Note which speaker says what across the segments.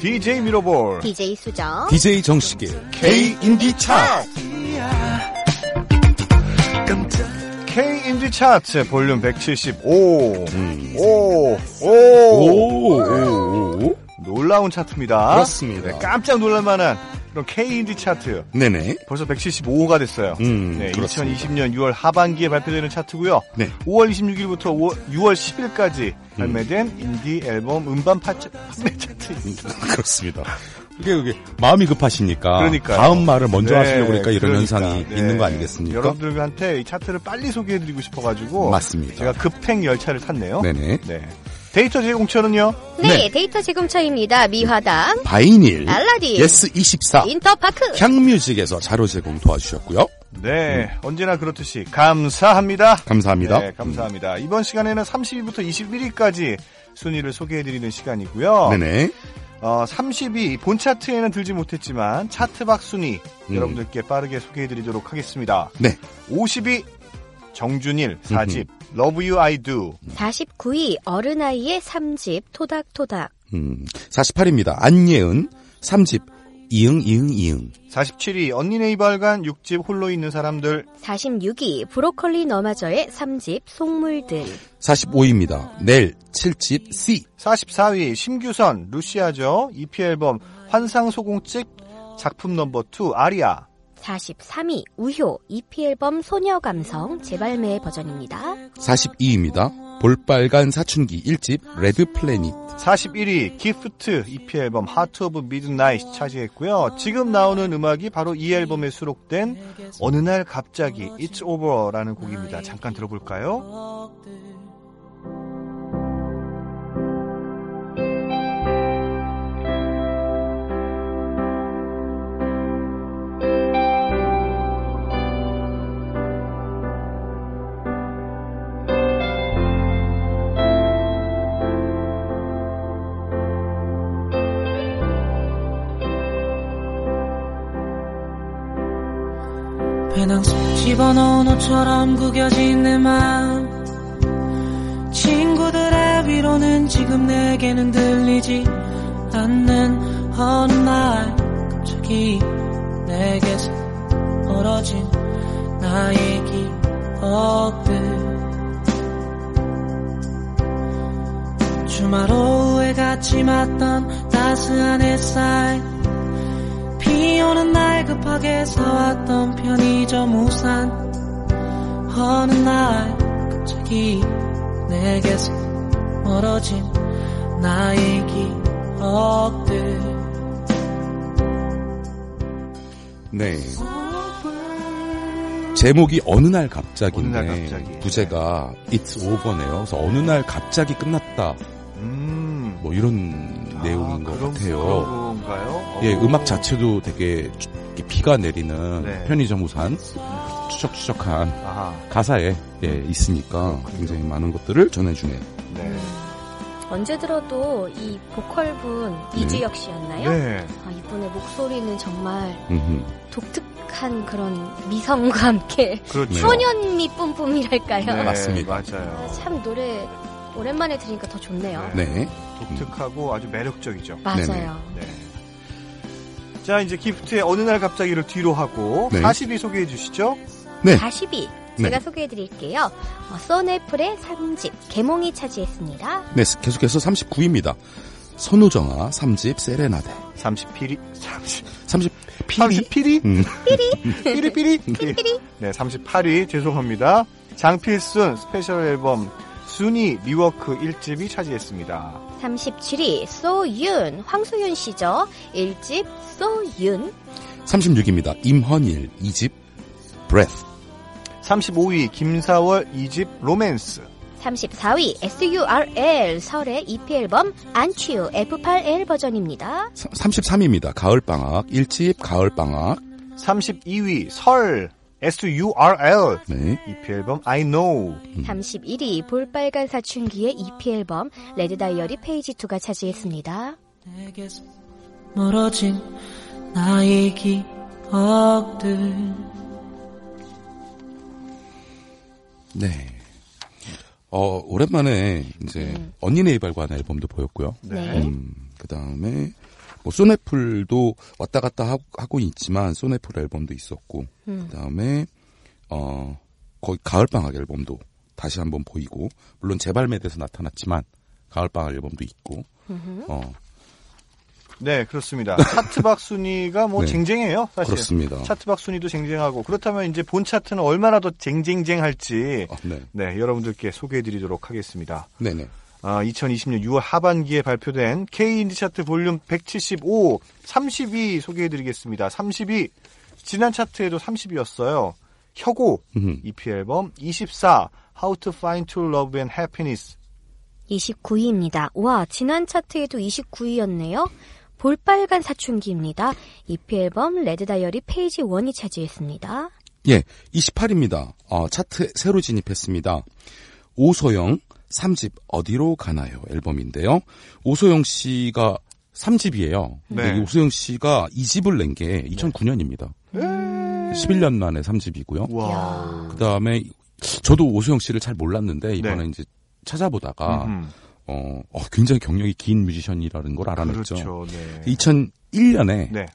Speaker 1: DJ 미러볼
Speaker 2: DJ 수정.
Speaker 3: DJ 정식일
Speaker 1: K 인디 차트 K 인디 차트 볼륨 175
Speaker 3: 음.
Speaker 1: 오, 오,
Speaker 3: 오오오
Speaker 1: 놀라운 차트입니다.
Speaker 3: 그렇습니다.
Speaker 1: 네, 깜짝 놀랄만한 그런 K 인디 차트
Speaker 3: 네네
Speaker 1: 벌써 175호가 됐어요.
Speaker 3: 음,
Speaker 1: 네,
Speaker 3: 그렇습니다.
Speaker 1: 2020년 6월 하반기에 발표되는 차트고요.
Speaker 3: 네 음.
Speaker 1: 5월 26일부터 6월 10일까지 발매된 인디 앨범 음반 파트, 판매 차트.
Speaker 3: 음, 그렇습니다. 이게 이게 마음이 급하시니까
Speaker 1: 그러니까요.
Speaker 3: 다음 말을 먼저
Speaker 1: 네,
Speaker 3: 하시려고 그러니까 이런
Speaker 1: 그러니까,
Speaker 3: 현상이
Speaker 1: 네.
Speaker 3: 있는 거 아니겠습니까?
Speaker 1: 여러분들한테 이 차트를 빨리 소개해드리고 싶어가지고
Speaker 3: 맞습니다.
Speaker 1: 제가 급행 열차를 탔네요.
Speaker 3: 네네
Speaker 1: 네. 데이터 제공처는요?
Speaker 2: 네,
Speaker 3: 네.
Speaker 2: 데이터 제공처입니다. 미화당,
Speaker 3: 바이닐
Speaker 2: 알라딘,
Speaker 3: 예스
Speaker 1: 아.
Speaker 3: 24
Speaker 2: 인터파크.
Speaker 3: 향뮤직에서 자료 제공 도와주셨고요.
Speaker 1: 네, 언제나 그렇듯이 감사합니다.
Speaker 3: 음. 감사합니다. 음.
Speaker 1: 네, 감사합니다. 이번 시간에는 30위부터 21위까지 순위를 소개해드리는 시간이고요.
Speaker 3: 음, 네네
Speaker 1: 어, 30위 본 차트에는 들지 못했지만 차트 박 순위
Speaker 3: 음.
Speaker 1: 여러분들께 빠르게 소개해드리도록 하겠습니다.
Speaker 3: 네
Speaker 1: 50위 정준일 4집 Love You I Do
Speaker 2: 49위 어른아이의 3집 토닥토닥.
Speaker 3: 음, 48입니다. 안예은 3집 이응 이응 이응
Speaker 1: 47위 언니 네이발간 6집 홀로 있는 사람들
Speaker 2: 46위 브로콜리 너마저의 3집 속물들.
Speaker 3: 45입니다. 넬 7집 C
Speaker 1: 44위 심규선 루시아죠 EP 앨범 환상소공집 작품 넘버 2 아리아
Speaker 2: 43위 우효 EP 앨범 소녀 감성 재발매 버전입니다.
Speaker 3: 42입니다. 볼빨간 사춘기 1집 레드 플래닛
Speaker 1: 41위 기프트 EP 앨범 하트 오브 미드나잇 차지했고요 지금 나오는 음악이 바로 이 앨범에 수록된 어느 날 갑자기 It's Over라는 곡입니다 잠깐 들어볼까요?
Speaker 4: 배낭 속 집어넣은 옷처럼 구겨진 내 맘. 친구들의 위로는 지금 내게는 들리지 않는 어느 날 갑자기 내게서 멀어진 나의 기억들 주말 오후에 같이 맞던 따스한 햇살 비 오는 날 급하게 사왔던 편의점 우산 어느 날 갑자기 내게서 멀어진 나의 기억들
Speaker 3: 네. 제목이 어느 날 갑자기인데
Speaker 1: 어느 날 갑자기.
Speaker 3: 부제가 It's Over네요. 그래서 어느 날 갑자기 끝났다
Speaker 1: 음.
Speaker 3: 뭐 이런
Speaker 1: 아,
Speaker 3: 내용인 것
Speaker 1: 그런-
Speaker 3: 같아요.
Speaker 1: 그런가요?
Speaker 3: 예,
Speaker 1: 어.
Speaker 3: 음악 자체도 되게 주- 이렇게 비가 내리는
Speaker 1: 네.
Speaker 3: 편의점 우산 추적추적한
Speaker 1: 아하,
Speaker 3: 가사에 예, 있으니까 굉장히 많은 것들을 전해주네요.
Speaker 1: 네.
Speaker 2: 언제 들어도 이 보컬분 이주혁 씨였나요?
Speaker 1: 음. 네.
Speaker 2: 아, 이분의 목소리는 정말
Speaker 3: 음흠.
Speaker 2: 독특한 그런 미성과 함께
Speaker 1: 그렇죠.
Speaker 3: 네.
Speaker 2: 소년미 뿜뿜이랄까요.
Speaker 1: 네,
Speaker 3: 맞습니다.
Speaker 2: 아,
Speaker 1: 맞아요.
Speaker 2: 참 노래 오랜만에 들으니까 더 좋네요.
Speaker 1: 네.
Speaker 3: 네.
Speaker 1: 독특하고 아주 매력적이죠.
Speaker 2: 맞아요.
Speaker 1: 네. 자, 이제 기프트의 어느 날 갑자기를 뒤로 하고
Speaker 3: 네.
Speaker 1: 40위 소개해 주시죠.
Speaker 3: 네.
Speaker 2: 42
Speaker 3: 네.
Speaker 2: 제가 소개해드릴게요. 어, 써네플의 3집 개몽이 차지했습니다.
Speaker 3: 네, 계속해서 39입니다. 선우정아 3집 세레나데
Speaker 1: 30피리 30
Speaker 3: 30
Speaker 1: 피리 피리
Speaker 3: 음.
Speaker 1: 피리 피리 피리 네, 38위 죄송합니다. 장필순 스페셜 앨범 순이 리워크 1집이 차지했습니다.
Speaker 2: 37위 소윤 황소윤 씨죠. 1집 소윤
Speaker 3: 36입니다. 임헌일 2집 브레스
Speaker 1: 35위 김사월 2집 로맨스
Speaker 2: 34위 SURL 설의 EP 앨범 안치우 F8L 버전입니다.
Speaker 3: 33입니다. 가을방학 1집 가을방학
Speaker 1: 32위 설 S-U-R-L
Speaker 3: 네.
Speaker 1: EP 앨범 I Know
Speaker 2: 31위 볼빨간 사춘기의 EP 앨범 레드 다이어리 페이지 2가 차지했습니다.
Speaker 4: 내게서 멀어진 나의 기억들
Speaker 3: 네. 어, 오랜만에 이제 음. 언니네 이발관 앨범도 보였고요.
Speaker 2: 네.
Speaker 3: 음, 그다음에 뭐 소네풀도 왔다 갔다 하- 하고 있지만 소네풀 앨범도 있었고
Speaker 2: 음.
Speaker 3: 그다음에 어 거의 가을방학 앨범도 다시 한번 보이고 물론 재발매돼서 나타났지만 가을방학 앨범도 있고 어
Speaker 1: 네, 그렇습니다. 차트박 순위가 뭐
Speaker 3: 네.
Speaker 1: 쟁쟁해요, 사실.
Speaker 3: 그렇습니다.
Speaker 1: 차트박 순위도 쟁쟁하고 그렇다면 이제 본 차트는 얼마나 더 쟁쟁쟁할지
Speaker 3: 아, 네.
Speaker 1: 네, 여러분들께 소개해드리도록 하겠습니다.
Speaker 3: 네네.
Speaker 1: 아, 2020년 6월 하반기에 발표된 K인디 차트 볼륨 175, 32 소개해드리겠습니다. 32. 지난 차트에도 30이었어요. 혁오,
Speaker 3: 음.
Speaker 1: EP 앨범 24, How to Find True Love and Happiness.
Speaker 2: 29위입니다. 와, 지난 차트에도 29위였네요. 볼빨간 사춘기입니다. EP 앨범 레드 다이어리 페이지 1이 차지했습니다.
Speaker 3: 예, 28입니다. 어, 차트 새로 진입했습니다. 오소영 3집 어디로 가나요 앨범인데요. 오소영 씨가 3집이에요.
Speaker 1: 네.
Speaker 3: 오소영 씨가 2집을 낸 게 2009년입니다. 음.
Speaker 1: 음.
Speaker 3: 11년 만에 3집이고요.
Speaker 1: 네. 와.
Speaker 3: 그 다음에 저도 오소영 씨를 잘 몰랐는데 이번에
Speaker 1: 네.
Speaker 3: 이제 찾아보다가
Speaker 1: 음,
Speaker 3: 어, 어, 굉장히 경력이 긴 뮤지션이라는 걸 알아냈죠.
Speaker 1: 그렇죠. 네.
Speaker 3: 2001년에
Speaker 1: 네.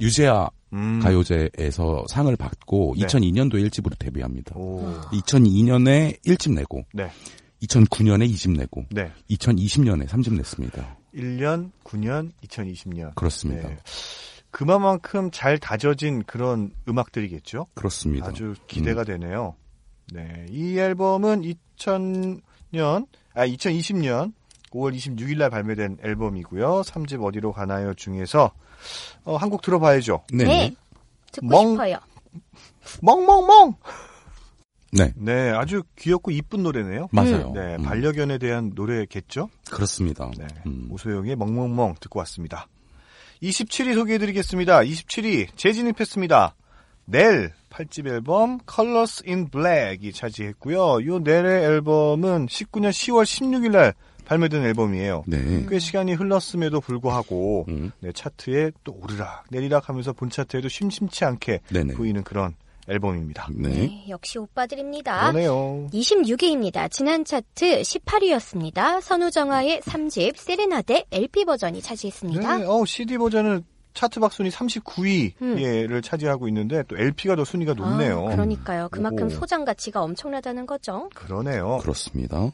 Speaker 3: 유재하
Speaker 1: 음.
Speaker 3: 가요제에서 상을 받고
Speaker 1: 네.
Speaker 3: 2002년도 1집으로 데뷔합니다.
Speaker 1: 오.
Speaker 3: 2002년에 1집 내고
Speaker 1: 네.
Speaker 3: 2009년에 2집 내고
Speaker 1: 네.
Speaker 3: 2020년에 3집 냈습니다.
Speaker 1: 1년, 9년, 2020년.
Speaker 3: 그렇습니다.
Speaker 1: 네. 그만큼 잘 다져진 그런 음악들이겠죠.
Speaker 3: 그렇습니다.
Speaker 1: 아주 기대가 되네요. 네, 이 앨범은 2000년, 아 2020년 5월 26일 날 발매된 앨범이고요. 3집 어디로 가나요 중에서 어, 한곡 들어봐야죠.
Speaker 3: 네.
Speaker 2: 네. 듣고
Speaker 1: 멍.
Speaker 2: 싶어요.
Speaker 1: 멍멍멍.
Speaker 3: 네.
Speaker 1: 네, 아주 귀엽고 이쁜 노래네요.
Speaker 3: 맞아요.
Speaker 1: 네,
Speaker 3: 음,
Speaker 1: 반려견에 대한 노래겠죠.
Speaker 3: 그렇습니다.
Speaker 1: 네,
Speaker 3: 음,
Speaker 1: 오소영의 멍멍멍 듣고 왔습니다. 27위 소개해드리겠습니다. 27위 재진입했습니다. 넬 8집 앨범 Colors in Black이 차지했고요. 이 넬의 앨범은 19년 10월 16일날 발매된 앨범이에요.
Speaker 3: 네.
Speaker 1: 꽤 시간이 흘렀음에도 불구하고
Speaker 3: 음.
Speaker 1: 네, 차트에 또 오르락 내리락 하면서 본 차트에도 심심치 않게
Speaker 3: 네네.
Speaker 1: 보이는 그런 앨범입니다.
Speaker 3: 네.
Speaker 2: 네, 역시 오빠들입니다.
Speaker 1: 그러네요.
Speaker 2: 26위입니다. 지난 차트 18위였습니다. 선우정아의 3집 세레나데 LP 버전이 차지했습니다. 음.
Speaker 1: 네, 어, CD 버전은 차트박 순위 39위를 차지하고 있는데 또 LP가 더 순위가 높네요.
Speaker 2: 아, 그러니까요. 그만큼
Speaker 1: 오.
Speaker 2: 소장 가치가 엄청나다는 거죠.
Speaker 1: 그러네요.
Speaker 3: 그렇습니다.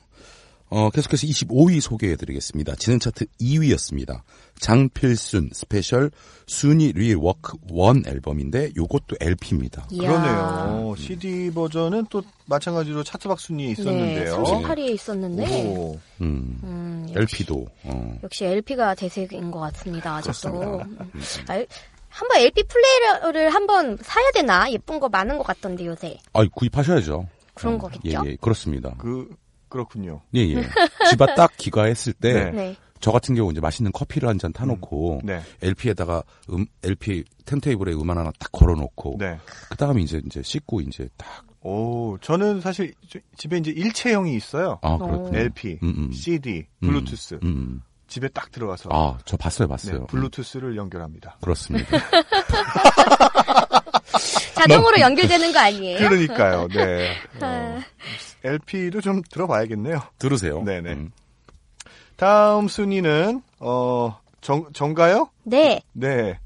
Speaker 3: 어, 계속해서 25위 소개해드리겠습니다. 지난 차트 2위였습니다. 장필순 스페셜 순위 리워크 1 앨범인데 요것도 LP입니다.
Speaker 2: 이야. 음.
Speaker 1: 그러네요. CD 버전은 또 마찬가지로 차트박 순위에
Speaker 2: 네,
Speaker 1: 있었는데요.
Speaker 2: 38위에 있었는데.
Speaker 1: 오,
Speaker 3: 음,
Speaker 2: 음, 역시,
Speaker 3: LP도 어,
Speaker 2: 역시 LP가 대세인 것 같습니다. 아직도.
Speaker 3: 그렇습니다.
Speaker 2: 음, 알- 한번 LP 플레이어를 한번 사야 되나? 예쁜 거 많은 것 같던데 요새.
Speaker 3: 아, 구입하셔야죠.
Speaker 2: 그런
Speaker 3: 음,
Speaker 2: 거겠죠?
Speaker 3: 예, 예, 그렇습니다.
Speaker 1: 그 그렇군요.
Speaker 3: 예, 예. 집에 딱 귀가했을 때
Speaker 1: 네.
Speaker 2: 네.
Speaker 3: 저 같은 경우 이제 맛있는 커피를 한 잔 타놓고
Speaker 1: 네,
Speaker 3: LP에다가 음, LP 텐테이블에 음반 하나 딱 걸어놓고
Speaker 1: 네.
Speaker 3: 그다음에 이제 이제 씻고 이제 딱
Speaker 1: 오, 저는 사실 저- 집에 이제 일체형이 있어요.
Speaker 3: 아, 그렇군요.
Speaker 1: LP,
Speaker 3: 음, 음.
Speaker 1: CD,
Speaker 3: 음,
Speaker 1: 블루투스
Speaker 3: 음, 음.
Speaker 1: 집에 딱 들어가서
Speaker 3: 아, 저 봤어요,
Speaker 1: 네,
Speaker 3: 봤어요. 음,
Speaker 1: 블루투스를 연결합니다.
Speaker 3: 그렇습니다. 아,
Speaker 2: 자동으로 연결되는 거 아니에요?
Speaker 1: 그러니까요. 네.
Speaker 2: 아.
Speaker 1: LP도 좀 들어봐야겠네요.
Speaker 3: 들으세요.
Speaker 1: 네네. 다음 순위는 어 정, 정가요?
Speaker 2: 네.
Speaker 1: 네.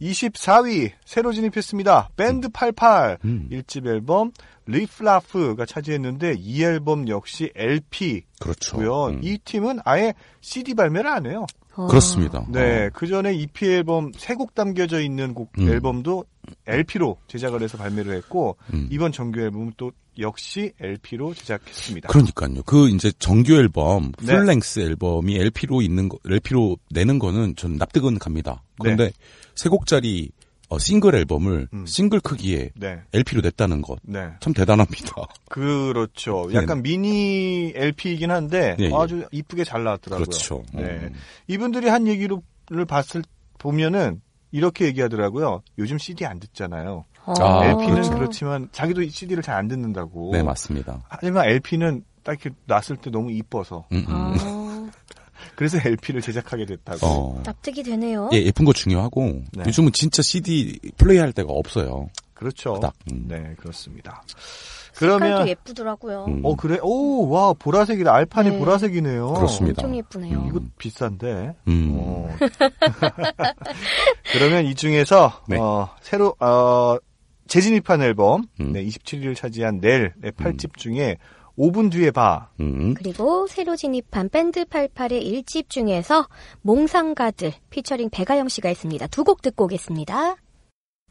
Speaker 1: 24위 새로 진입했습니다. 밴드 88
Speaker 3: 음.
Speaker 1: 일 1집 앨범 리플라프가 차지했는데 이 앨범 역시 LP고요.
Speaker 3: 그렇죠. 음.
Speaker 1: 이 팀은 아예 CD 발매를 안 해요.
Speaker 2: 어,
Speaker 3: 그렇습니다.
Speaker 1: 네,
Speaker 3: 어,
Speaker 1: 그 전에 EP 앨범 세 곡 담겨져 있는 곡
Speaker 3: 음.
Speaker 1: 앨범도 LP로 제작을 해서 발매를 했고
Speaker 3: 음.
Speaker 1: 이번 정규 앨범은 또 역시 LP로 제작했습니다.
Speaker 3: 그러니까요. 그 이제 정규 앨범,
Speaker 1: 네.
Speaker 3: 풀랭스 앨범이 LP로 있는 거, LP로 내는 거는 전 납득은 갑니다.
Speaker 1: 네.
Speaker 3: 그런데 세 곡짜리 어, 싱글 앨범을
Speaker 1: 음.
Speaker 3: 싱글 크기에
Speaker 1: 네.
Speaker 3: LP로 냈다는 것.
Speaker 1: 네.
Speaker 3: 참 대단합니다.
Speaker 1: 그렇죠. 약간 미니 LP이긴 한데
Speaker 3: 네. 예, 예.
Speaker 1: 아주 이쁘게 잘 나왔더라고요.
Speaker 3: 그렇죠.
Speaker 1: 네.
Speaker 3: 음.
Speaker 1: 이분들이 한 얘기를 봤을 보면은 이렇게 얘기하더라고요. 요즘 CD 안 듣잖아요.
Speaker 2: 어.
Speaker 1: 네.
Speaker 3: 아,
Speaker 1: LP는
Speaker 3: 그렇죠.
Speaker 1: 그렇지만 자기도 CD를 잘 안 듣는다고.
Speaker 3: 네, 맞습니다.
Speaker 1: 하지만 LP는 딱 이렇게 놨을 때 너무 이뻐서
Speaker 3: 음, 음.
Speaker 2: 아,
Speaker 1: 그래서 LP를 제작하게 됐다고.
Speaker 3: 어.
Speaker 2: 납득이 되네요.
Speaker 3: 예, 예쁜 거 중요하고
Speaker 1: 네.
Speaker 3: 요즘은 진짜 CD 플레이할 데가 없어요.
Speaker 1: 그렇죠.
Speaker 3: 그닥. 음.
Speaker 1: 네, 그렇습니다.
Speaker 2: 색깔도
Speaker 1: 그러면
Speaker 2: 예쁘더라고요.
Speaker 3: 음.
Speaker 1: 어 그래? 오 와 보라색이다. 알판이
Speaker 2: 네.
Speaker 1: 보라색이네요.
Speaker 3: 그렇습니다.
Speaker 2: 엄청 예쁘네요.
Speaker 3: 음.
Speaker 1: 이거 비싼데.
Speaker 3: 음.
Speaker 1: 어. 그러면 이 중에서
Speaker 3: 네.
Speaker 1: 어, 새로 어, 재진입한 앨범
Speaker 3: 음.
Speaker 1: 네, 27위를 차지한 넬의 8집 중에 5분 뒤에 봐.
Speaker 3: 음.
Speaker 2: 그리고 새로 진입한 밴드 88의 1집 중에서 몽상가들 피처링 배가영 씨가 있습니다. 두 곡 듣고 오겠습니다.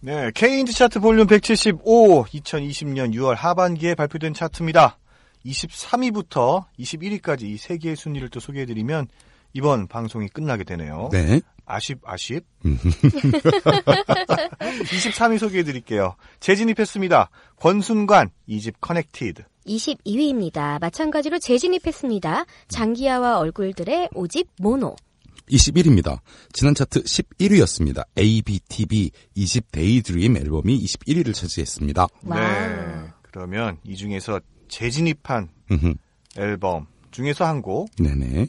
Speaker 1: 네, K인디 차트 볼륨 175 2020년 6월 하반기에 발표된 차트입니다. 23위부터 21위까지 이 세 개의 순위를 또 소개해드리면 이번 방송이 끝나게 되네요.
Speaker 3: 네.
Speaker 1: 아쉽, 아쉽. 음. 23위 소개해드릴게요. 재진입했습니다. 권순관, 이집 커넥티드.
Speaker 2: 22위입니다. 마찬가지로 재진입했습니다. 장기하와 얼굴들의 오집 모노.
Speaker 3: 21위입니다. 지난 차트 11위였습니다. ABTV 20 데이드림 앨범이 21위를 차지했습니다.
Speaker 2: 와우.
Speaker 1: 네. 그러면 이 중에서 재진입한
Speaker 3: 음흠.
Speaker 1: 앨범 중에서 한 곡,
Speaker 3: 네네.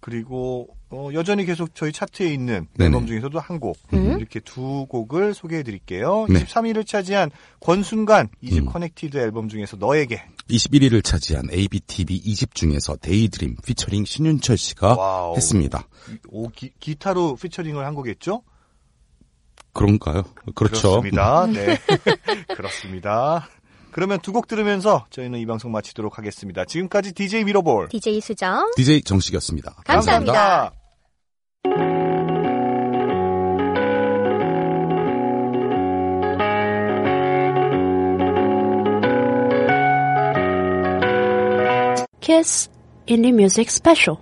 Speaker 1: 그리고 어, 여전히 계속 저희 차트에 있는
Speaker 3: 네네.
Speaker 1: 앨범 중에서도 한 곡,
Speaker 2: 음.
Speaker 1: 이렇게 두 곡을 소개해 드릴게요.
Speaker 3: 네. 음.
Speaker 1: 23위를 차지한 권순간 이집 커넥티드 앨범 중에서 너에게
Speaker 3: 21위를 차지한 ABTV 2집 중에서 데이드림 피처링 신윤철 씨가
Speaker 1: 와우.
Speaker 3: 했습니다.
Speaker 1: 오, 기, 기타로 피처링을 한 거겠죠?
Speaker 3: 그런가요? 그렇죠.
Speaker 1: 습니다 네. 그렇습니다. 그러면 두 곡 들으면서 저희는 이 방송 마치도록 하겠습니다. 지금까지 DJ 미러볼.
Speaker 2: DJ 수정.
Speaker 3: DJ 정식이었습니다.
Speaker 2: 감사합니다.
Speaker 5: Kiss Indie Music Special.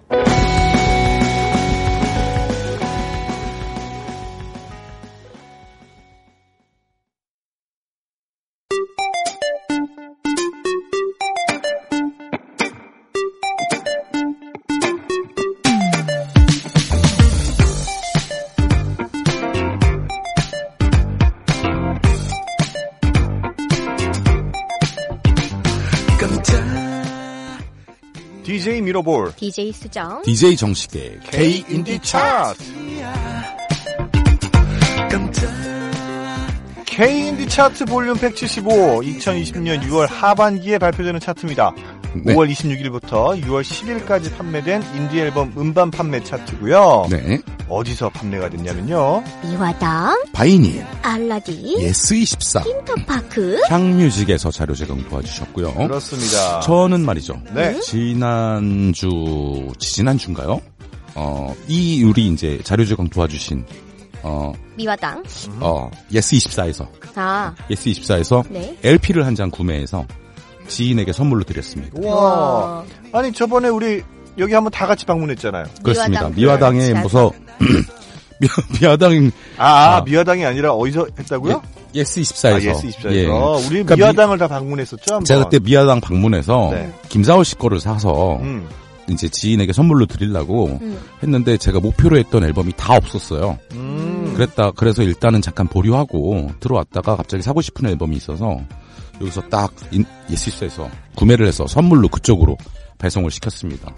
Speaker 1: DJ 미러볼.
Speaker 2: DJ 수정.
Speaker 3: DJ 정식의
Speaker 1: K 인디 차트. K 인디 차트 볼륨 175. 2020년 6월 하반기에 발표되는 차트입니다.
Speaker 3: 네.
Speaker 1: 5월 26일부터 6월 10일까지 판매된 인디 앨범 음반 판매 차트고요.
Speaker 3: 네.
Speaker 1: 어디서 판매가 됐냐면요.
Speaker 2: 미화당.
Speaker 3: 바이니
Speaker 2: 알라디.
Speaker 3: 예. 예스24
Speaker 2: 인터파크.
Speaker 3: 향뮤직에서 자료 제공 도와주셨고요.
Speaker 1: 그렇습니다.
Speaker 3: 저는 말이죠.
Speaker 1: 네.
Speaker 3: 지난주 지난주인가요? 어, 이 우리 이제 자료 제공 도와주신 어,
Speaker 2: 미화당.
Speaker 1: 음.
Speaker 3: 어, 예스24에서
Speaker 2: 아,
Speaker 3: 예스24에서
Speaker 2: 네.
Speaker 3: LP를 한 장 구매해서 지인에게 선물로 드렸습니다.
Speaker 1: 우와.
Speaker 2: 어,
Speaker 1: 아니 저번에 우리 여기 한번 다 같이 방문했잖아요.
Speaker 3: 그렇습니다.
Speaker 2: 미화당.
Speaker 3: 미화당에
Speaker 2: 네.
Speaker 3: 무서 미- 미화당
Speaker 1: 아,
Speaker 3: 아.
Speaker 1: 미화당이 아니라 어디서 했다고요?
Speaker 3: 예스24에서
Speaker 1: 아,
Speaker 3: 그러니까
Speaker 1: 예스 24에서 우리 미화당을 다 방문했었죠. 한번.
Speaker 3: 제가 그때 미화당 방문해서
Speaker 1: 네.
Speaker 3: 김사월 씨 거를 사서
Speaker 1: 음,
Speaker 3: 이제 지인에게 선물로 드리려고
Speaker 2: 음.
Speaker 3: 했는데 제가 목표로 했던 앨범이 다 없었어요.
Speaker 1: 음.
Speaker 3: 그랬다 그래서 일단은 잠깐 보류하고 들어왔다가 갑자기 사고 싶은 앨범이 있어서 여기서 딱 인- 예스에서 구매를 해서 선물로 그쪽으로 배송을 시켰습니다.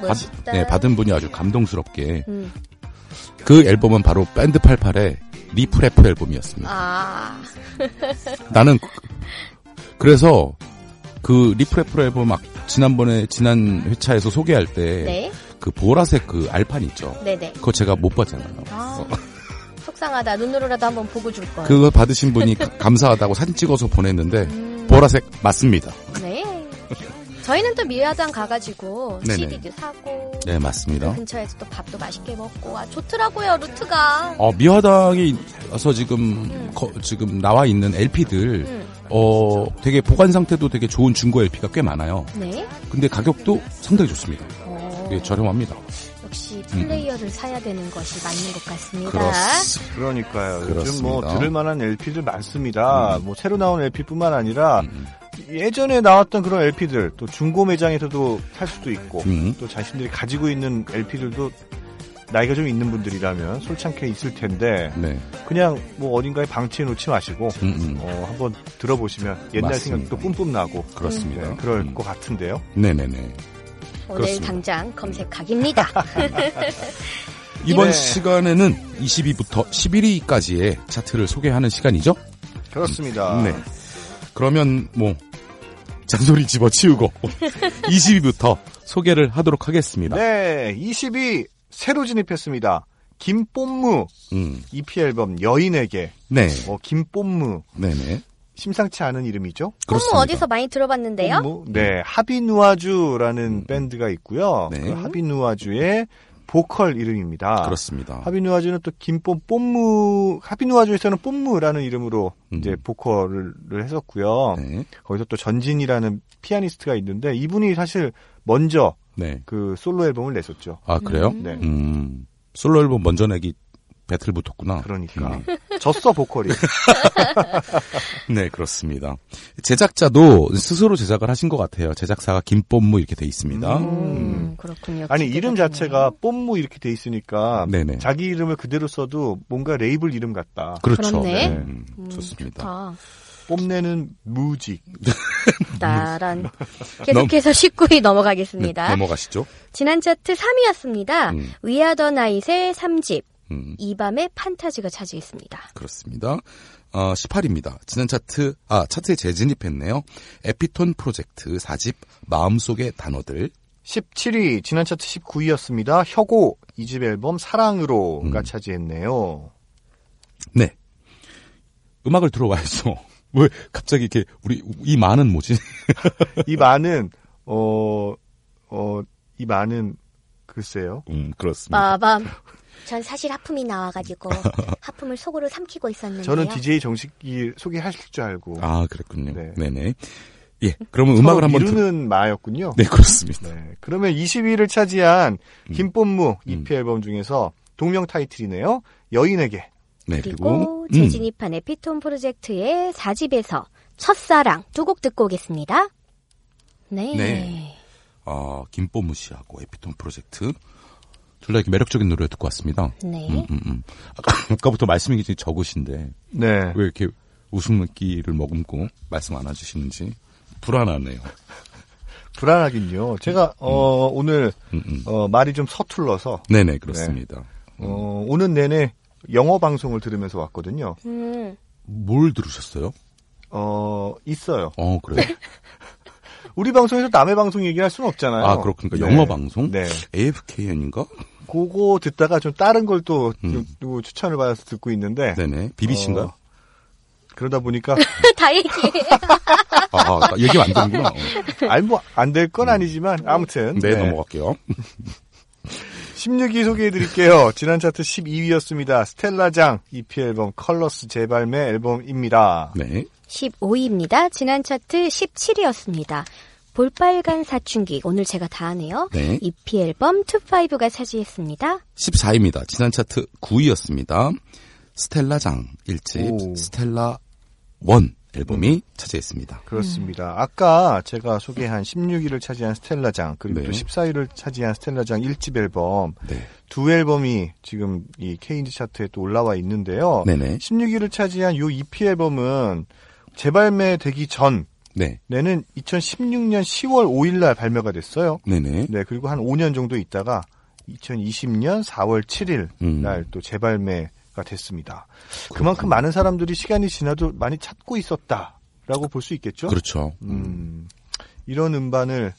Speaker 3: 받,
Speaker 2: 멋있다.
Speaker 3: 네, 받은 분이 아주 감동스럽게
Speaker 2: 음.
Speaker 3: 그 앨범은 바로 밴드 88의 리프레프 앨범이었습니다.
Speaker 2: 아,
Speaker 3: 나는 그, 그래서 그 리프레프 앨범 막 지난번에 지난 회차에서 소개할 때 그
Speaker 2: 네.
Speaker 3: 보라색 그 알판 있죠.
Speaker 2: 네네.
Speaker 3: 그거 제가 못 봤잖아요. 어,
Speaker 2: 아, 속상하다. 눈으로라도 한번 보고 줄 거야.
Speaker 3: 그거 받으신 분이 가- 감사하다고 사진 찍어서 보냈는데
Speaker 2: 음.
Speaker 3: 보라색 맞습니다.
Speaker 2: 네. 저희는 또 미화당 가가지고
Speaker 3: 네네.
Speaker 2: CD도 사고
Speaker 3: 네 맞습니다.
Speaker 2: 근처에서 또 밥도 맛있게 먹고 아 좋더라고요 루트가.
Speaker 3: 어, 미화당에 와서 지금 거- 지금 나와 있는 LP들
Speaker 2: 음.
Speaker 3: 어 되게 보관 상태도 되게 좋은 중고 LP가 꽤 많아요.
Speaker 2: 네.
Speaker 3: 근데 가격도 상당히 좋습니다.
Speaker 2: 어,
Speaker 3: 예, 저렴합니다.
Speaker 2: 역시 플레이어를 사야 되는 것이 맞는 것 같습니다.
Speaker 3: 음. 그렇습니다.
Speaker 1: 그러니까요. 요즘
Speaker 3: 그렇습니다. 음.
Speaker 1: 뭐 들을 만한 LP들 많습니다. 뭐 새로 나온 LP뿐만 아니라 예전에 나왔던 그런 LP들 또 중고 매장에서도 살 수도 있고
Speaker 3: 음.
Speaker 1: 또 자신들이 가지고 있는 LP들도 나이가 좀 있는 분들이라면 솔창케 있을 텐데
Speaker 3: 네.
Speaker 1: 그냥 뭐 어딘가에 방치해 놓지 마시고
Speaker 3: 음, 음.
Speaker 1: 어, 한번 들어보시면 옛날
Speaker 3: 맞습니다.
Speaker 1: 생각도 뿜뿜 나고
Speaker 3: 그렇습니다.
Speaker 1: 네, 그럴
Speaker 3: 음.
Speaker 1: 것 같은데요.
Speaker 3: 네네네.
Speaker 2: 오늘
Speaker 3: 그렇습니다.
Speaker 2: 당장 검색 각입니다.
Speaker 3: 이번
Speaker 1: 네.
Speaker 3: 시간에는 20위부터 11위까지의 차트를 소개하는 시간이죠?
Speaker 1: 그렇습니다.
Speaker 3: 네. 그러면 뭐 잔소리 집어치우고 20위부터 소개를 하도록 하겠습니다.
Speaker 1: 네, 20위 새로 진입했습니다. 김뽐무
Speaker 3: 음,
Speaker 1: EP 앨범 여인에게
Speaker 3: 네,
Speaker 1: 뭐 김뽐무
Speaker 3: 네네.
Speaker 1: 심상치 않은 이름이죠.
Speaker 3: 그렇습니다.
Speaker 2: 뽀무 어디서 많이 들어봤는데요?
Speaker 1: 뽐무? 네, 하비누아주라는 밴드가 있고요.
Speaker 3: 네.
Speaker 1: 그 하비누아주의 보컬 이름입니다.
Speaker 3: 그렇습니다.
Speaker 1: 하비누아주는 또 김뽐 뽐무 하비누아주에서는 뽐무라는 이름으로
Speaker 3: 음.
Speaker 1: 이제 보컬을 했었고요.
Speaker 3: 네,
Speaker 1: 거기서 또 전진이라는 피아니스트가 있는데 이분이 사실 먼저
Speaker 3: 네.
Speaker 1: 그 솔로 앨범을 냈었죠.
Speaker 3: 아 그래요?
Speaker 1: 네.
Speaker 3: 음, 솔로 앨범 먼저 내기 배틀 붙었구나. 음,
Speaker 1: 그러니까 졌어 보컬이.
Speaker 3: 네, 그렇습니다. 제작자도 스스로 제작을 하신 것 같아요. 제작사가 김뽐무 이렇게 돼 있습니다.
Speaker 2: 음, 그렇군요.
Speaker 1: 아니
Speaker 2: 기대가
Speaker 1: 이름
Speaker 2: 되네요.
Speaker 1: 자체가 뽐무 이렇게 돼 있으니까
Speaker 3: 네네.
Speaker 1: 자기 이름을 그대로 써도 뭔가 레이블 이름 같다.
Speaker 3: 그렇죠.
Speaker 2: 그렇네.
Speaker 3: 음,
Speaker 2: 음,
Speaker 3: 좋습니다.
Speaker 2: 좋다.
Speaker 1: 뽐내는 무직.
Speaker 2: 따란. 계속해서 19위 넘어가겠습니다.
Speaker 3: 네, 넘어가시죠.
Speaker 2: 지난 차트 3위였습니다.
Speaker 3: 음.
Speaker 2: 위아더 나잇의 3집
Speaker 3: 음,
Speaker 2: 이 밤의 판타지가 차지했습니다.
Speaker 3: 그렇습니다. 어, 18입니다. 지난 차트, 아, 차트에 재진입했네요. 에피톤 프로젝트 4집 마음속의 단어들.
Speaker 1: 17위 지난 차트 19위였습니다. 혁오 이 집 앨범 사랑으로가
Speaker 3: 음.
Speaker 1: 차지했네요.
Speaker 3: 네. 음악을 들어와야죠. 왜 갑자기 이렇게 우리 이 많은 뭐지?
Speaker 1: 이 많은 어, 어어이 많은 글쎄요.
Speaker 3: 음, 그렇습니다.
Speaker 2: 빠밤. 전 사실 하품이 나와가지고 하품을 속으로 삼키고 있었는데요.
Speaker 1: 저는 DJ 정식이 소개하실 줄 알고
Speaker 3: 아, 그랬군요.
Speaker 1: 네.
Speaker 3: 네. 네 예, 그러면 음악을
Speaker 1: 서로
Speaker 3: 한번 들-
Speaker 1: 미루는 마였군요.
Speaker 3: 네, 그렇습니다.
Speaker 1: 네, 그러면 20위를 차지한
Speaker 3: 음.
Speaker 1: 김뽐무 EP 앨범 중에서 동명 타이틀이네요. 여인에게.
Speaker 3: 네,
Speaker 2: 그리고
Speaker 3: 그리고 음.
Speaker 2: 재진입한 에피톤 프로젝트의 4집에서 첫사랑 두 곡 듣고 오겠습니다. 네.
Speaker 3: 네. 어, 김뽀무 씨하고 에피톤 프로젝트 둘 다 이렇게 매력적인 노래 듣고 왔습니다.
Speaker 2: 네.
Speaker 3: 음, 음, 음. 아까, 부터 말씀이 굉장히 적으신데
Speaker 1: 네.
Speaker 3: 왜 이렇게 웃음기를 머금고 말씀 안 해주시는지 불안하네요.
Speaker 1: 불안하긴요. 제가 어, 오늘
Speaker 3: 음, 음.
Speaker 1: 어, 말이 좀 서툴러서
Speaker 3: 네네 그렇습니다.
Speaker 1: 어, 오는 내내 영어 방송을 들으면서 왔거든요.
Speaker 2: 음,
Speaker 3: 뭘 들으셨어요?
Speaker 1: 어, 있어요.
Speaker 3: 어 그래요?
Speaker 1: 네. 우리 방송에서 남의 방송 얘기할 수는 없잖아요.
Speaker 3: 아 그렇군요.
Speaker 1: 네.
Speaker 3: 영어 방송?
Speaker 1: 네.
Speaker 3: AFKN인가?
Speaker 1: 그거 듣다가 좀 다른 걸 또
Speaker 3: 음.
Speaker 1: 추천을 받아서 듣고 있는데
Speaker 3: 네네 BBC인가?
Speaker 1: 어.
Speaker 3: 요
Speaker 1: 그러다 보니까
Speaker 2: 다 얘기해.
Speaker 3: 아, 아 얘기가 안 되는구나. 어.
Speaker 1: 아니 뭐안 될 건 아니지만 아무튼
Speaker 3: 음. 네, 넘어갈게요.
Speaker 1: 16위 소개해드릴게요. 지난 차트 12위였습니다. 스텔라장 EP 앨범 컬러스 재발매 앨범입니다.
Speaker 3: 네.
Speaker 2: 15위입니다. 지난 차트 17위였습니다. 볼빨간 사춘기 오늘 제가 다 하네요.
Speaker 3: 네.
Speaker 2: EP 앨범 25가 차지했습니다.
Speaker 3: 14위입니다. 지난 차트 9위였습니다. 스텔라장 1집
Speaker 1: 오.
Speaker 3: 스텔라 원 앨범이 차지했습니다.
Speaker 1: 그렇습니다.
Speaker 3: 음.
Speaker 1: 아까 제가 소개한 16위를 차지한 스텔라장 그리고
Speaker 3: 네.
Speaker 1: 또 14위를 차지한 스텔라장 1집 앨범
Speaker 3: 네.
Speaker 1: 두 앨범이 지금 이 케인즈 차트에 또 올라와 있는데요.
Speaker 3: 네네.
Speaker 1: 16위를 차지한 요 EP 앨범은 재발매되기 전에는
Speaker 3: 네.
Speaker 1: 2016년 10월 5일 날 발매가 됐어요.
Speaker 3: 네네.
Speaker 1: 네, 그리고 한 5년 정도 있다가 2020년 4월 7일
Speaker 3: 음.
Speaker 1: 날 또 재발매가 됐습니다. 그만큼 많은 사람들이 시간이 지나도 많이 찾고 있었다라고 볼 수 있겠죠?
Speaker 3: 그렇죠.
Speaker 1: 음, 이런 음반을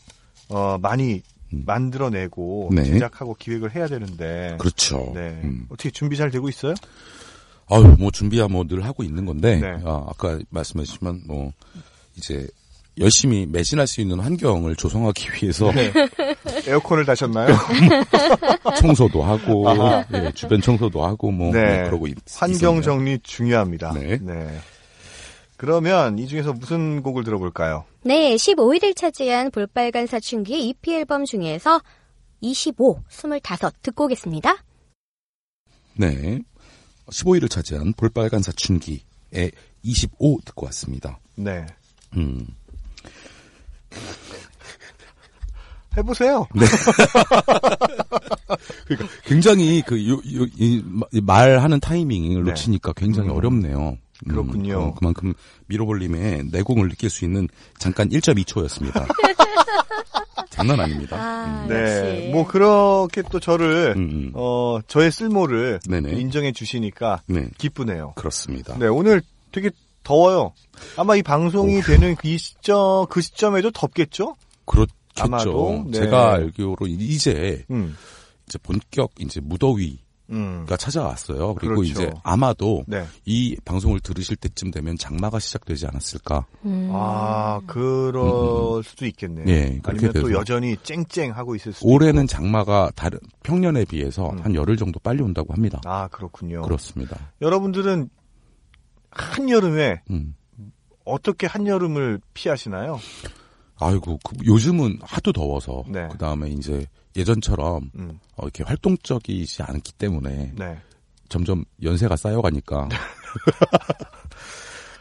Speaker 1: 어, 많이 만들어내고
Speaker 3: 음. 네.
Speaker 1: 제작하고 기획을 해야 되는데
Speaker 3: 그렇죠.
Speaker 1: 네.
Speaker 3: 음.
Speaker 1: 어떻게 준비 잘 되고 있어요?
Speaker 3: 아유, 뭐 준비야 뭐 늘 하고 있는 건데
Speaker 1: 네.
Speaker 3: 아, 아까 말씀하셨지만 뭐 이제 열심히 매진할 수 있는 환경을 조성하기 위해서
Speaker 1: 네. 에어컨을 다셨나요?
Speaker 3: 청소도 하고 예, 주변 청소도 하고 뭐
Speaker 1: 아. 네.
Speaker 3: 네, 그러고 있,
Speaker 1: 환경
Speaker 3: 있습니다.
Speaker 1: 정리 중요합니다.
Speaker 3: 네.
Speaker 1: 그러면 이 중에서 무슨 곡을 들어볼까요?
Speaker 2: 네, 15위를 차지한 볼빨간 사춘기의 EP 앨범 중에서 25, 25 듣고 오겠습니다.
Speaker 3: 네. 15위를 차지한 볼빨간 사춘기의 25 듣고 왔습니다.
Speaker 1: 네.
Speaker 3: 음.
Speaker 1: 해보세요.
Speaker 3: 네. 그러니까 굉장히 그 요, 요, 이 마- 이 말하는 타이밍을
Speaker 1: 네.
Speaker 3: 놓치니까 굉장히 어렵네요. 음,
Speaker 1: 그렇군요.
Speaker 3: 어, 그만큼 미로볼님의 내공을 느낄 수 있는 잠깐 1.2초였습니다. 장난 아닙니다.
Speaker 2: 아,
Speaker 1: 네. 뭐 그렇게 또 저를
Speaker 3: 음, 음.
Speaker 1: 어 저의 쓸모를
Speaker 3: 네네.
Speaker 1: 인정해 주시니까
Speaker 3: 네,
Speaker 1: 기쁘네요.
Speaker 3: 그렇습니다.
Speaker 1: 네 오늘 되게 더워요. 아마 이 방송이 되는 이 시점 그 시점에도 덥겠죠?
Speaker 3: 그렇겠죠.
Speaker 1: 아마도, 네.
Speaker 3: 제가 알기로 이제
Speaker 1: 음,
Speaker 3: 이제 본격 이제 무더위가
Speaker 1: 음,
Speaker 3: 찾아왔어요. 그리고
Speaker 1: 그렇죠.
Speaker 3: 이제 아마도
Speaker 1: 네.
Speaker 3: 이 방송을 들으실 때쯤 되면 장마가 시작되지 않았을까.
Speaker 2: 음.
Speaker 1: 아 그럴 수도 있겠네요.
Speaker 3: 예, 그렇게
Speaker 1: 아니면 또
Speaker 3: 돼서.
Speaker 1: 여전히 쨍쨍하고 있을 수도.
Speaker 3: 올해는 장마가 다른 평년에 비해서
Speaker 1: 음.
Speaker 3: 한 열흘 정도 빨리 온다고 합니다.
Speaker 1: 있- 아 그렇군요.
Speaker 3: 그렇습니다.
Speaker 1: 여러분들은 한 여름에
Speaker 3: 음.
Speaker 1: 어떻게 한 여름을 피하시나요?
Speaker 3: 아이고 그 요즘은 하도 더워서
Speaker 1: 네.
Speaker 3: 그 다음에 이제 예전처럼
Speaker 1: 음,
Speaker 3: 어, 이렇게 활동적이지 않기 때문에
Speaker 1: 네.
Speaker 3: 점점 연세가 쌓여가니까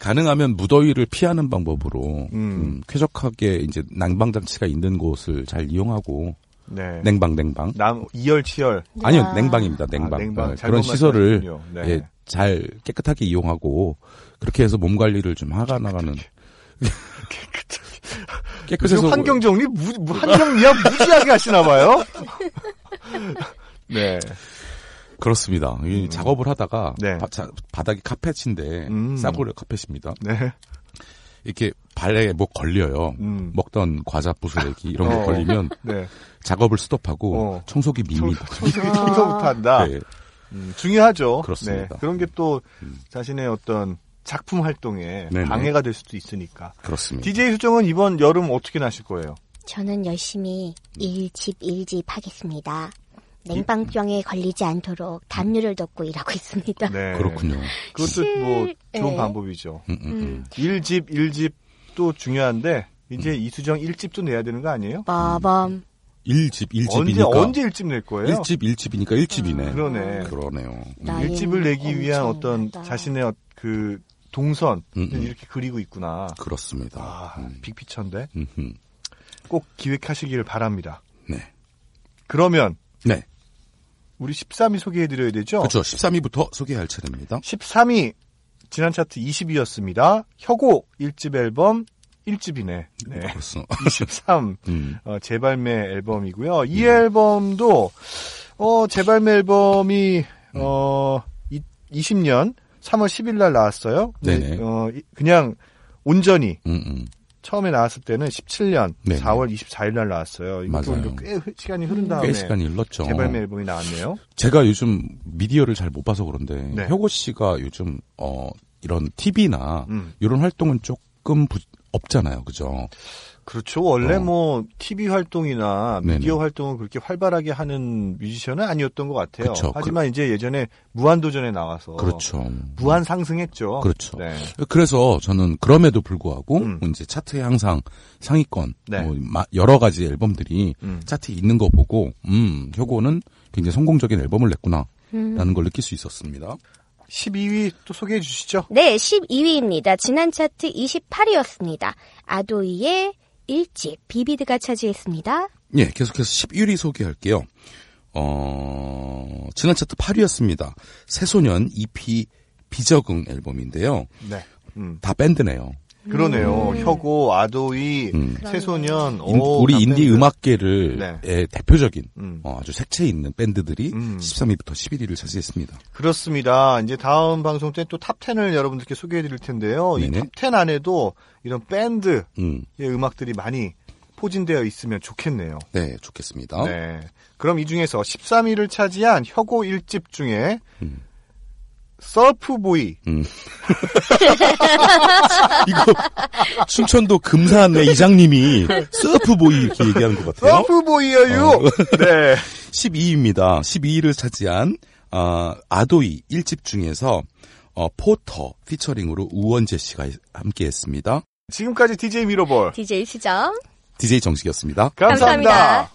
Speaker 3: 가능하면 무더위를 피하는 방법으로
Speaker 1: 음.
Speaker 3: 음, 쾌적하게 이제 난방 장치가 있는 곳을 잘 이용하고
Speaker 1: 네.
Speaker 3: 냉방 냉방
Speaker 1: 남 이열치열
Speaker 3: 네. 아니요 냉방입니다 냉방,
Speaker 1: 아, 냉방.
Speaker 3: 어,
Speaker 1: 잘못
Speaker 3: 그런 시설을
Speaker 1: 말씀하셨군요. 네.
Speaker 3: 예, 잘 깨끗하게 이용하고 그렇게 해서 몸 관리를 좀 하가 나가는
Speaker 1: 요즘
Speaker 3: 깨끗해서
Speaker 1: 환경 정리 무, 무- 환경 리야 무지하게 하시나 봐요. 네.
Speaker 3: 그렇습니다. 이 작업을 하다가
Speaker 1: 음. 네.
Speaker 3: 바, 자- 바닥이 카펫인데
Speaker 1: 음.
Speaker 3: 싸구려 카펫입니다.
Speaker 1: 네.
Speaker 3: 이렇게 발에 뭐 걸려요.
Speaker 1: 음.
Speaker 3: 먹던 과자 부스레기 이런 거
Speaker 1: 어.
Speaker 3: 걸리면
Speaker 1: 네.
Speaker 3: 작업을 스톱하고
Speaker 1: 어.
Speaker 3: 청소기
Speaker 1: 청,
Speaker 3: 밉니다.
Speaker 1: 청소, 청소부터 한다.
Speaker 3: 네.
Speaker 1: 음, 중요하죠.
Speaker 3: 그렇습니다. 음.
Speaker 1: 네. 그런 게 또 자신의 어떤 작품 활동에
Speaker 3: 네네.
Speaker 1: 방해가 될 수도 있으니까.
Speaker 3: 그렇습니다.
Speaker 1: DJ 수정은 이번 여름 어떻게 나실 거예요?
Speaker 2: 저는 열심히 일집 일집 하겠습니다. 냉방병에 걸리지 않도록 담요를 덮고 일하고 있습니다.
Speaker 1: 네.
Speaker 3: 그렇군요.
Speaker 1: 그것도 뭐 좋은
Speaker 2: 네.
Speaker 1: 방법이죠.
Speaker 3: 음, 음, 음.
Speaker 1: 일집일집도 중요한데 이제 이수정 일집도 내야 되는 거 아니에요?
Speaker 2: 빠밤.
Speaker 3: 일집일집이
Speaker 1: 언제
Speaker 3: 니까
Speaker 1: 언제 일집낼 거예요? 음,
Speaker 3: 일집일집이니까일집이네
Speaker 1: 그러네.
Speaker 3: 그러네요. 음.
Speaker 2: 나-
Speaker 1: 일집을 내기 위한
Speaker 2: 아, 엄청나다.
Speaker 1: 어떤 자신의 어- 그 동선
Speaker 3: 음, 음.
Speaker 1: 이렇게 그리고 있구나.
Speaker 3: 그렇습니다.
Speaker 1: 아,
Speaker 3: 음.
Speaker 1: 빅피처인데
Speaker 3: 음흠.
Speaker 1: 꼭 기획하시기를 바랍니다.
Speaker 3: 네.
Speaker 1: 그러면
Speaker 3: 네.
Speaker 1: 우리 13위 소개해드려야 되죠?
Speaker 3: 그렇죠. 13위부터 소개할 차례입니다.
Speaker 1: 13위 지난 차트 20위였습니다. 혁오 1집 앨범 1집이네. 네.
Speaker 3: 그렇소.
Speaker 1: 13
Speaker 3: 음.
Speaker 1: 어, 재발매 앨범이고요. 이 앨범도 어, 재발매 앨범이 어, 이, 20년 3월 10일 날 나왔어요. 근데,
Speaker 3: 네네.
Speaker 1: 어, 이- 그냥 온전히
Speaker 3: 음, 음.
Speaker 1: 처음에 나왔을 때는 17년
Speaker 3: 네네.
Speaker 1: 4월 24일 날 나왔어요. 이것도
Speaker 3: 맞아요.
Speaker 1: 이제 꽤 흐- 시간이 흐른 다음에
Speaker 3: 꽤 시간이 흘렀죠.
Speaker 1: 재발매 앨범이 나왔네요.
Speaker 3: 제가 요즘 미디어를 잘 못 봐서 그런데
Speaker 1: 네.
Speaker 3: 효고 씨가 요즘 어 이런 TV나
Speaker 1: 음.
Speaker 3: 이런 활동은 조금 부- 없잖아요, 그죠?
Speaker 1: 그렇죠. 원래
Speaker 3: 어.
Speaker 1: 뭐 TV 활동이나
Speaker 3: 네네.
Speaker 1: 미디어 활동을 그렇게 활발하게 하는 뮤지션은 아니었던 것 같아요.
Speaker 3: 그쵸.
Speaker 1: 하지만 이제 예전에 무한도전에 나와서
Speaker 3: 그렇죠.
Speaker 1: 무한 상승했죠.
Speaker 3: 그렇죠.
Speaker 1: 네.
Speaker 3: 그래서 저는 그럼에도 불구하고 뭐
Speaker 1: 음.
Speaker 3: 이제 차트에 항상 상위권
Speaker 1: 네.
Speaker 3: 뭐 마- 여러 가지 앨범들이
Speaker 1: 음.
Speaker 3: 차트에 있는 거 보고 음 효고는 굉장히 성공적인 앨범을 냈구나라는 걸 느낄 수 있었습니다.
Speaker 1: 12위 또 소개해 주시죠.
Speaker 2: 네, 12위입니다. 지난 차트 28위였습니다. 아도이의 일집 비비드가 차지했습니다.
Speaker 3: 예, 계속해서 11위 소개할게요. 어, 지난 차트 8위였습니다. 새소년 EP 비적응 앨범인데요.
Speaker 1: 네. 음.
Speaker 3: 다 밴드네요.
Speaker 1: 그러네요. 혁오, 아도이,
Speaker 3: 음.
Speaker 1: 새소년,
Speaker 3: 인-
Speaker 1: 오,
Speaker 3: 우리
Speaker 1: 다
Speaker 3: 인디
Speaker 1: 밴드.
Speaker 3: 음악계를
Speaker 1: 네.
Speaker 3: 의 대표적인
Speaker 1: 음.
Speaker 3: 어, 아주 색채 있는 밴드들이
Speaker 1: 음.
Speaker 3: 13위부터 11위를 차지했습니다.
Speaker 1: 그렇습니다. 이제 다음 방송 때 또 탑10을 여러분들께 소개해 드릴 텐데요. 이
Speaker 3: 네네.
Speaker 1: 탑 10 안에도 이런 밴드의
Speaker 3: 음.
Speaker 1: 음악들이 많이 포진되어 있으면 좋겠네요.
Speaker 3: 네, 좋겠습니다.
Speaker 1: 네. 그럼 이 중에서 13위를 차지한 혁오 1집 중에 서프보이
Speaker 3: 이거 춘천도 금산의 이장님이 서프보이 이렇게 얘기하는 것 같아요.
Speaker 1: 어? 서프보이어유 네.
Speaker 3: 12위입니다. 12위를 차지한 아, 아도이 1집 중에서 어, 포터 피처링으로 우원재 씨가 함께했습니다.
Speaker 1: 지금까지 DJ 미로볼
Speaker 2: DJ 수정.
Speaker 3: DJ 정식이었습니다.
Speaker 1: 감사합니다.
Speaker 2: 감사합니다.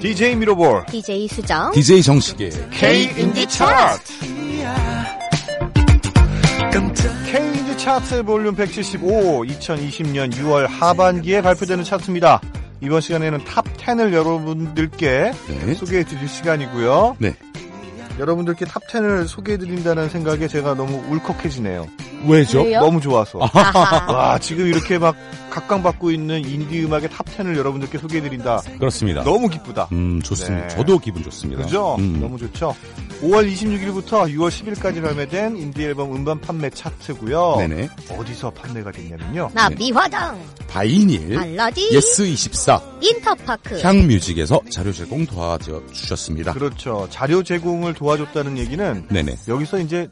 Speaker 1: DJ 미로볼
Speaker 2: DJ 수정.
Speaker 3: DJ 정식의
Speaker 1: K 인디 차트 K 인디 차트 볼륨 175 2020년 6월 하반기에 발표되는 차트입니다. 이번 시간에는 탑 10을 여러분들께
Speaker 3: 네.
Speaker 1: 소개해 드릴 시간이고요.
Speaker 3: 네.
Speaker 1: 여러분들께 탑 10을 소개해 드린다는 생각에 제가 너무 울컥해지네요.
Speaker 3: 왜죠?
Speaker 2: 왜요?
Speaker 1: 너무 좋아서.
Speaker 2: 아하.
Speaker 1: 와, 지금 이렇게 막 각광받고 있는 인디 음악의 탑 10을 여러분들께 소개해 드린다.
Speaker 3: 그렇습니다.
Speaker 1: 너무 기쁘다.
Speaker 3: 음, 좋습니다.
Speaker 1: 네.
Speaker 3: 저도 기분 좋습니다.
Speaker 1: 그죠?
Speaker 3: 음.
Speaker 1: 너무 좋죠. 5월 26일부터 6월 10일까지 발매된 인디 앨범 음반 판매 차트고요.
Speaker 3: 네네.
Speaker 1: 어디서 판매가 됐냐면요.
Speaker 2: 나 미화당,
Speaker 1: 예?
Speaker 3: 바이닐,
Speaker 2: 알라딘,
Speaker 3: 예스24,
Speaker 2: 인터파크.
Speaker 3: 향뮤직에서 자료 제공 도와주셨습니다.
Speaker 1: 그렇죠. 자료 제공을 도와줬다는 얘기는
Speaker 3: 네네.
Speaker 1: 여기서 이제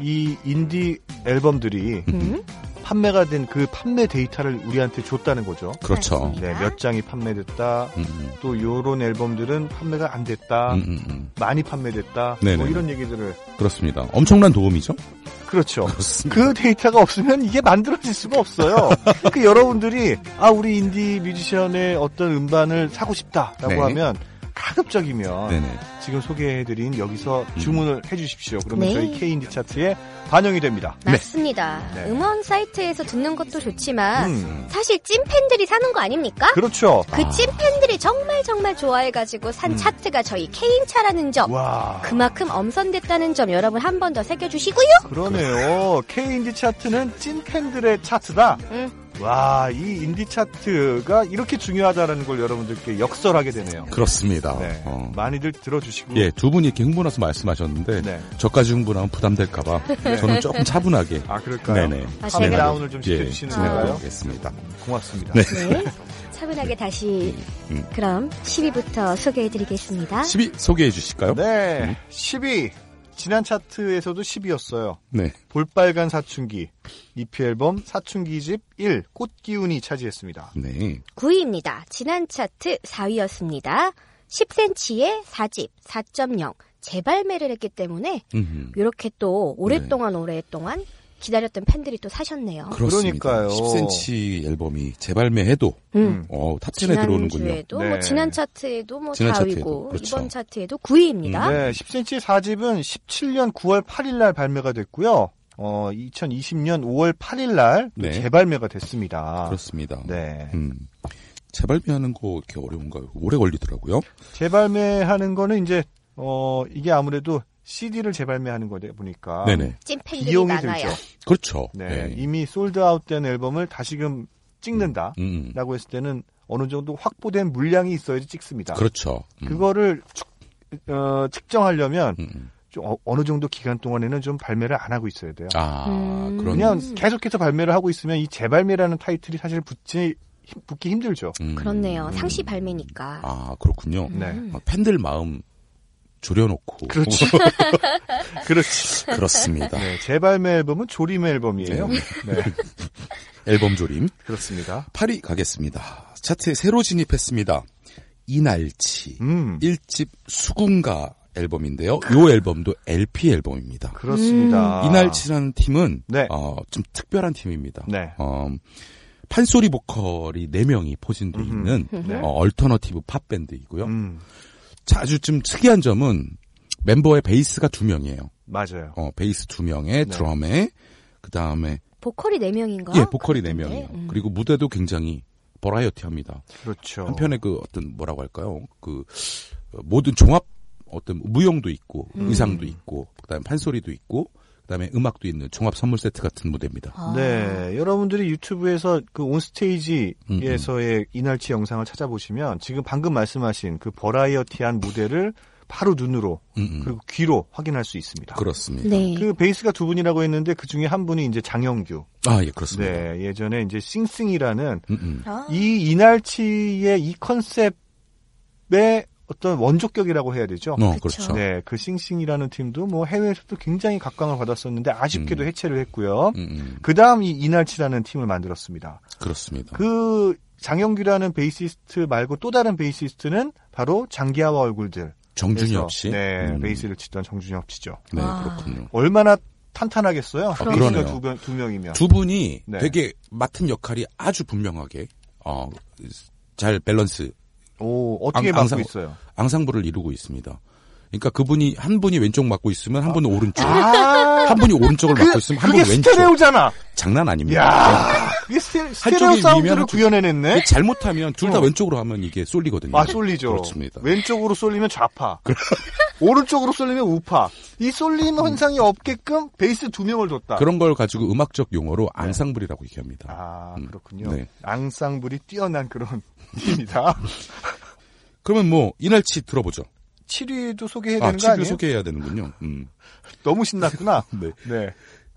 Speaker 1: 이 인디 앨범들이
Speaker 2: 음?
Speaker 1: 판매가 된 그 판매 데이터를 우리한테 줬다는 거죠.
Speaker 3: 그렇죠.
Speaker 2: 맞습니다.
Speaker 1: 네, 몇 장이 판매됐다.
Speaker 3: 음, 음,
Speaker 1: 또 요런 앨범들은 판매가 안 됐다.
Speaker 3: 음, 음, 음.
Speaker 1: 많이 판매됐다.
Speaker 3: 네네.
Speaker 1: 뭐 이런 얘기들을.
Speaker 3: 그렇습니다. 엄청난 도움이죠?
Speaker 1: 그렇죠.
Speaker 3: 그렇습니다.
Speaker 1: 그 데이터가 없으면 이게 만들어질 수가 없어요. 그 여러분들이 아 우리 인디 뮤지션의 어떤 음반을 사고 싶다라고
Speaker 3: 네.
Speaker 1: 하면 가급적이면
Speaker 3: 네네. 음.
Speaker 1: 지금 소개해드린 여기서 주문을 해주십시오. 그러면
Speaker 2: 네.
Speaker 1: 저희 K 인디 차트에 반영이 됩니다.
Speaker 2: 맞습니다.
Speaker 1: 네.
Speaker 2: 음원 사이트에서 듣는 것도 좋지만
Speaker 1: 음,
Speaker 2: 사실 찐팬들이 사는 거 아닙니까?
Speaker 1: 그렇죠. 음.
Speaker 2: 그 찐팬들이 정말 정말 좋아해가지고 산 차트가 저희 케인차라는 점.
Speaker 1: 와
Speaker 2: 어, 그만큼 엄선됐다는 점 여러분 한 번 더 새겨주시고요.
Speaker 1: 그러네요. K 인디 차트는 찐 팬들의 차트다.
Speaker 2: 음.
Speaker 1: 와 이 인디 차트가 이렇게 중요하다는 걸 여러분들께 역설하게 되네요.
Speaker 3: 그렇습니다.
Speaker 1: 네,
Speaker 3: 어.
Speaker 1: 많이들 들어주시고
Speaker 3: 예, 두 분이 이렇게 흥분해서 말씀하셨는데,
Speaker 1: 네.
Speaker 3: 저까지 흥분하면 부담될까봐, 저는 조금 차분하게.
Speaker 1: 아 그럴까요?
Speaker 3: 네네.
Speaker 2: 아,
Speaker 1: 팝의
Speaker 2: 제가-
Speaker 1: 다운을 좀
Speaker 3: 예,
Speaker 1: 시켜주시는
Speaker 3: 진행하도록
Speaker 1: 건가요?
Speaker 3: 하겠습니다.
Speaker 1: 고맙습니다.
Speaker 3: 네.
Speaker 2: 네. 차분하게 다시
Speaker 3: 음.
Speaker 2: 그럼 10위부터 소개해드리겠습니다.
Speaker 3: 10위 소개해 주실까요? 음.
Speaker 1: 네, 10위. 지난 차트에서도 10위였어요.
Speaker 3: 네.
Speaker 1: 볼빨간 사춘기. EP 앨범 사춘기 집 1. 꽃기운이 차지했습니다.
Speaker 3: 네.
Speaker 2: 9위입니다. 지난 차트 4위였습니다. 10cm의 4집 4.0 재발매를 했기 때문에
Speaker 3: 음,
Speaker 2: 이렇게 또 오랫동안
Speaker 3: 네.
Speaker 2: 오랫동안 기다렸던 팬들이 또 사셨네요.
Speaker 3: 그렇습니다.
Speaker 1: 그러니까요.
Speaker 3: 10cm 앨범이 재발매해도,
Speaker 2: 음.
Speaker 3: 어, 탑10에 들어오는군요.
Speaker 2: 지난주에도 뭐
Speaker 1: 네.
Speaker 2: 지난 차트에도 뭐
Speaker 3: 지난
Speaker 2: 4위고
Speaker 3: 차트에도, 그렇죠. 음,
Speaker 2: 이번 차트에도 9위입니다.
Speaker 1: 네, 10cm 4집은 17년 9월 8일 날 발매가 됐고요. 어, 2020년 5월 8일 날
Speaker 3: 네.
Speaker 1: 재발매가 됐습니다.
Speaker 3: 그렇습니다.
Speaker 1: 아. 네.
Speaker 3: 음. 재발매하는 거 이렇게 어려운가요? 오래 걸리더라고요.
Speaker 1: 재발매하는 거는 이제 어, 이게 아무래도 CD를 재발매하는 거다 보니까
Speaker 3: 네네.
Speaker 2: 찐팬들이
Speaker 1: 비용이
Speaker 2: 많아요.
Speaker 1: 들죠.
Speaker 3: 그렇죠.
Speaker 1: 아. 네, 이미 솔드아웃된 앨범을 다시금 찍는다.
Speaker 3: 음.
Speaker 1: 라고 했을 때는 어느 정도 확보된 물량이 있어야지 찍습니다.
Speaker 3: 그렇죠. 음.
Speaker 1: 거를 어, 측정하려면
Speaker 3: 음, 음.
Speaker 1: 좀 어, 느 정도 기간 동안에는 좀 발매를 안 하고 있어야 돼요.
Speaker 3: 아,
Speaker 2: 음.
Speaker 3: 그런.
Speaker 1: 그냥 계속해서 발매를 하고 있으면 이 재발매라는 타이틀이 사실 붙지 힘- 붙기 힘들죠.
Speaker 3: 음.
Speaker 2: 그렇네요. 상시 발매니까.
Speaker 3: 아, 그렇군요.
Speaker 1: 네. 그렇죠.
Speaker 3: 아, 팬들 마음 졸여놓고.
Speaker 1: 그렇지. 그렇지.
Speaker 3: 습니다
Speaker 1: 네, 재발매 앨범은 조림 앨범이에요. 네,
Speaker 3: 앨범 조림.
Speaker 1: 그렇습니다.
Speaker 3: 8위 가겠습니다. 차트에 새로 진입했습니다. 이날치.
Speaker 1: 음,
Speaker 3: 1집 수군가 앨범인데요. 이 앨범도 LP 앨범입니다.
Speaker 1: 그렇습니다.
Speaker 3: 음, 이날치라는 팀은
Speaker 1: 아. 네.
Speaker 3: 어, 좀 특별한 팀입니다.
Speaker 1: 네.
Speaker 3: 어, 판소리 보컬이 4명이 포진되어
Speaker 1: 음흠.
Speaker 3: 있는
Speaker 1: 네.
Speaker 3: 어, 얼터너티브 팝 밴드이고요.
Speaker 1: 음,
Speaker 3: 아주 좀 특이한 점은 멤버의 베이스가 2명이에요.
Speaker 1: 맞아요.
Speaker 3: 어, 베이스 2명에
Speaker 1: 네.
Speaker 3: 드럼에 그다음에
Speaker 2: 보컬이 4명인가?
Speaker 3: 예, 보컬이 4명이에요.
Speaker 2: 아, 음.
Speaker 3: 그리고 무대도 굉장히 버라이어티합니다.
Speaker 1: 그렇죠.
Speaker 3: 한편에 그 어떤 뭐라고 할까요? 그 어, 모든 종합 어떤 무용도 있고
Speaker 2: 음.
Speaker 3: 의상도 있고 그다음에 판소리도 있고 그다음에 음악도 있는 종합 선물 세트 같은 무대입니다.
Speaker 2: 아.
Speaker 1: 네, 여러분들이 유튜브에서 그
Speaker 3: 음,
Speaker 1: 온스테이지에서의 이날치 영상을 찾아보시면 지금 방금 말씀하신 그 버라이어티한 무대를 바로 눈으로
Speaker 3: 음, 음.
Speaker 1: 그리고 귀로 확인할 수 있습니다.
Speaker 3: 그렇습니다.
Speaker 2: 네.
Speaker 1: 그 베이스가 두 분이라고 했는데 그 중에 한 분이 이제 장영규.
Speaker 3: 아, 예, 그렇습니다.
Speaker 1: 네, 예전에 이제 싱싱이라는
Speaker 3: 음, 음.
Speaker 2: 아.
Speaker 1: 이 이날치의 이 컨셉의 어떤 원조격이라고 해야 되죠.
Speaker 3: 어,
Speaker 2: 그쵸.
Speaker 3: 그렇죠.
Speaker 1: 네, 그 싱싱이라는 팀도 뭐 해외에서도 굉장히 각광을 받았었는데 아쉽게도 해체를 했고요.
Speaker 3: 음, 음.
Speaker 1: 그 다음 이 이날치라는 팀을 만들었습니다.
Speaker 3: 그렇습니다.
Speaker 1: 그 장영규라는 베이시스트 말고 또 다른 베이시스트는 바로 장기하와 얼굴들.
Speaker 3: 정준엽 씨.
Speaker 1: 네,
Speaker 3: 음.
Speaker 1: 베이스를 치던 정준엽 씨죠.
Speaker 3: 네,
Speaker 2: 와.
Speaker 3: 그렇군요.
Speaker 1: 얼마나 탄탄하겠어요? 베이스가
Speaker 3: 아, 그러네요.
Speaker 1: 두, 명, 두 명이면.
Speaker 3: 두 분이
Speaker 1: 네.
Speaker 3: 되게 맡은 역할이 아주 분명하게 어, 잘 밸런스
Speaker 1: 오, 어떻게
Speaker 3: 앙-
Speaker 1: 맡고
Speaker 3: 앙상-
Speaker 1: 있어요?
Speaker 3: 앙상블을 이루고 있습니다. 그러니까 그분이 한 분이 왼쪽 맡고 있으면 한 분은 오른쪽,
Speaker 1: 아,
Speaker 3: 한 분이 오른쪽을 맡고 있으면 한
Speaker 1: 그게
Speaker 3: 분은 왼쪽.
Speaker 1: 스테레오잖아.
Speaker 3: 장난 아닙니다.
Speaker 1: 야, 그게 스테-
Speaker 3: 쪽이
Speaker 1: 스테레오
Speaker 3: 위면
Speaker 1: 사운드를
Speaker 3: 한쪽이-
Speaker 1: 구현해내네.
Speaker 3: 이게 잘못하면 둘 다
Speaker 1: 어.
Speaker 3: 왼쪽으로 하면 이게 쏠리거든요.
Speaker 1: 아, 쏠리죠.
Speaker 3: 그렇습니다.
Speaker 1: 왼쪽으로 쏠리면 좌파. 오른쪽으로 쏠리면 우파. 이 쏠림 현상이 없게끔 베이스 두 명을 뒀다.
Speaker 3: 그런 걸 가지고 음악적 용어로 앙상블이라고 얘기합니다.
Speaker 1: 네. 아, 그렇군요.
Speaker 3: 네.
Speaker 1: 앙상블이 뛰어난 그런 팀이다.
Speaker 3: 그러면 뭐 이날치 들어보죠.
Speaker 1: 7위도 소개해야
Speaker 3: 아,
Speaker 1: 되는 거
Speaker 3: 7위
Speaker 1: 아니에요?
Speaker 3: 소개해야 되는군요. 음.
Speaker 1: 너무 신났구나.
Speaker 3: 네.
Speaker 1: 네.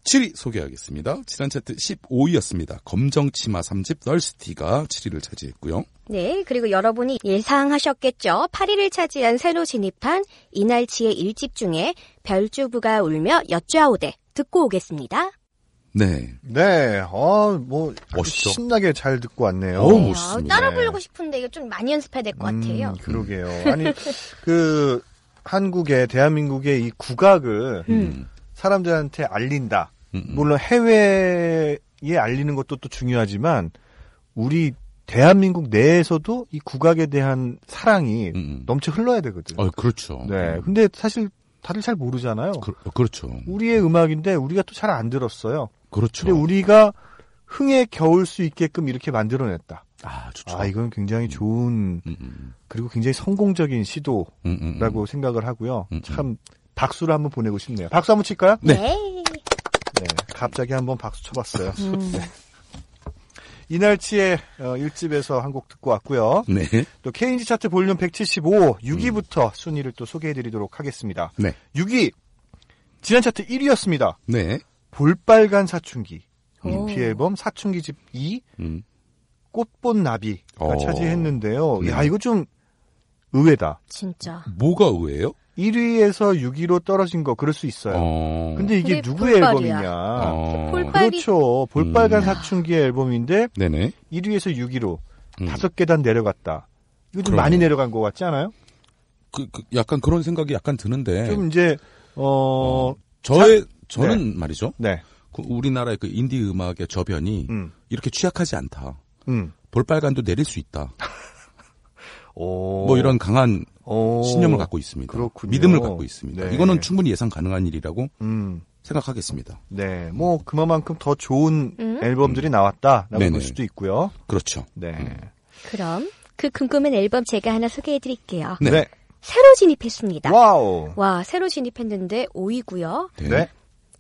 Speaker 3: 7위 소개하겠습니다. 지난 차트 15위였습니다. 검정치마 3집 널스티가 7위를 차지했고요.
Speaker 2: 네, 그리고 여러분이 예상하셨겠죠. 8위를 차지한 새로 진입한 이날치의 일집 중에 별주부가 울며 엿좌오대 듣고 오겠습니다.
Speaker 3: 네.
Speaker 1: 네, 어, 뭐, 아주
Speaker 3: 멋있죠?
Speaker 1: 신나게 잘 듣고 왔네요.
Speaker 3: 어우,
Speaker 2: 네,
Speaker 3: 멋있습니다.
Speaker 2: 따라 부르고 싶은데 이거 좀 많이 연습해야 될 것 같아요.
Speaker 1: 음, 그러게요. 아니, 그, 한국의, 대한민국의 이 국악을
Speaker 2: 음.
Speaker 1: 사람들한테 알린다.
Speaker 3: 음, 음.
Speaker 1: 물론 해외에 알리는 것도 또 중요하지만, 우리 대한민국 내에서도 이 국악에 대한 사랑이
Speaker 3: 음, 음.
Speaker 1: 넘쳐 흘러야 되거든.
Speaker 3: 어, 그렇죠.
Speaker 1: 네.
Speaker 3: 음.
Speaker 1: 근데 사실 다들 잘 모르잖아요.
Speaker 3: 그, 어, 그렇죠.
Speaker 1: 우리의 음악인데 우리가 또 잘 안 들었어요.
Speaker 3: 그렇죠.
Speaker 1: 근데 우리가 흥에 겨울 수 있게끔 이렇게 만들어냈다.
Speaker 3: 아, 좋죠.
Speaker 1: 아, 이건 굉장히 좋은
Speaker 3: 음, 음,
Speaker 1: 그리고 굉장히 성공적인 시도라고
Speaker 3: 음, 음, 음.
Speaker 1: 생각을 하고요.
Speaker 3: 음, 음.
Speaker 1: 참 박수를 한번 보내고 싶네요. 박수 한번 칠까요?
Speaker 3: 네.
Speaker 2: 네.
Speaker 1: 네. 갑자기 한번 박수 쳐봤어요. 네.
Speaker 2: 음.
Speaker 1: 이날치의 어, 1집에서 한 곡 듣고 왔고요.
Speaker 3: 네.
Speaker 1: 또 KNG 차트 볼륨 175 6위부터 순위를 또 소개해드리도록 하겠습니다.
Speaker 3: 네.
Speaker 1: 6위 지난 차트 1위였습니다.
Speaker 3: 네.
Speaker 1: 볼빨간 사춘기
Speaker 2: 오.
Speaker 1: EP 앨범 사춘기 집 2
Speaker 3: 음.
Speaker 1: 꽃본나비가
Speaker 3: 어.
Speaker 1: 차지했는데요. 야
Speaker 3: 네.
Speaker 1: 이거 좀 의외다.
Speaker 2: 진짜.
Speaker 3: 뭐가 의외예요?
Speaker 1: 1위에서 6위로 떨어진 거 그럴 수 있어요.
Speaker 3: 어.
Speaker 1: 네. 근데 아, 이게
Speaker 2: 근데
Speaker 1: 누구의
Speaker 2: 볼빨이야.
Speaker 1: 앨범이냐?
Speaker 3: 어.
Speaker 2: 폴파-
Speaker 1: 그렇죠. 볼빨간
Speaker 3: 음.
Speaker 1: 사춘기 앨범인데
Speaker 3: 네네.
Speaker 1: 1위에서 6위로
Speaker 3: 음.
Speaker 1: 다섯 계단 내려갔다. 이거 좀
Speaker 3: 그러네요.
Speaker 1: 많이 내려간 것 같지 않아요?
Speaker 3: 그, 그 약간 그런 생각이 약간 드는데
Speaker 1: 좀 이제 어,
Speaker 3: 저의 저는 말이죠.
Speaker 1: 네,
Speaker 3: 그 우리나라의 그 인디 음악의 저변이
Speaker 1: 음,
Speaker 3: 이렇게 취약하지 않다.
Speaker 1: 음,
Speaker 3: 볼빨간도 내릴 수 있다.
Speaker 1: 오,
Speaker 3: 뭐 이런 강한
Speaker 1: 오.
Speaker 3: 신념을 갖고 있습니다.
Speaker 1: 그렇군요.
Speaker 3: 믿음을 갖고 있습니다.
Speaker 1: 네.
Speaker 3: 이거는 충분히 예상 가능한 일이라고
Speaker 1: 음,
Speaker 3: 생각하겠습니다.
Speaker 1: 네, 뭐 그만큼 더 좋은
Speaker 2: 음.
Speaker 1: 앨범들이 나왔다라고
Speaker 3: 네네.
Speaker 1: 볼 수도 있고요.
Speaker 3: 그렇죠.
Speaker 1: 네,
Speaker 2: 그럼 그 궁금한 앨범 제가 하나 소개해 드릴게요.
Speaker 3: 네.
Speaker 2: 새로 진입했습니다. 와.
Speaker 1: 와우,
Speaker 2: 새로 진입했는데 5위고요.
Speaker 3: 네.
Speaker 1: 네.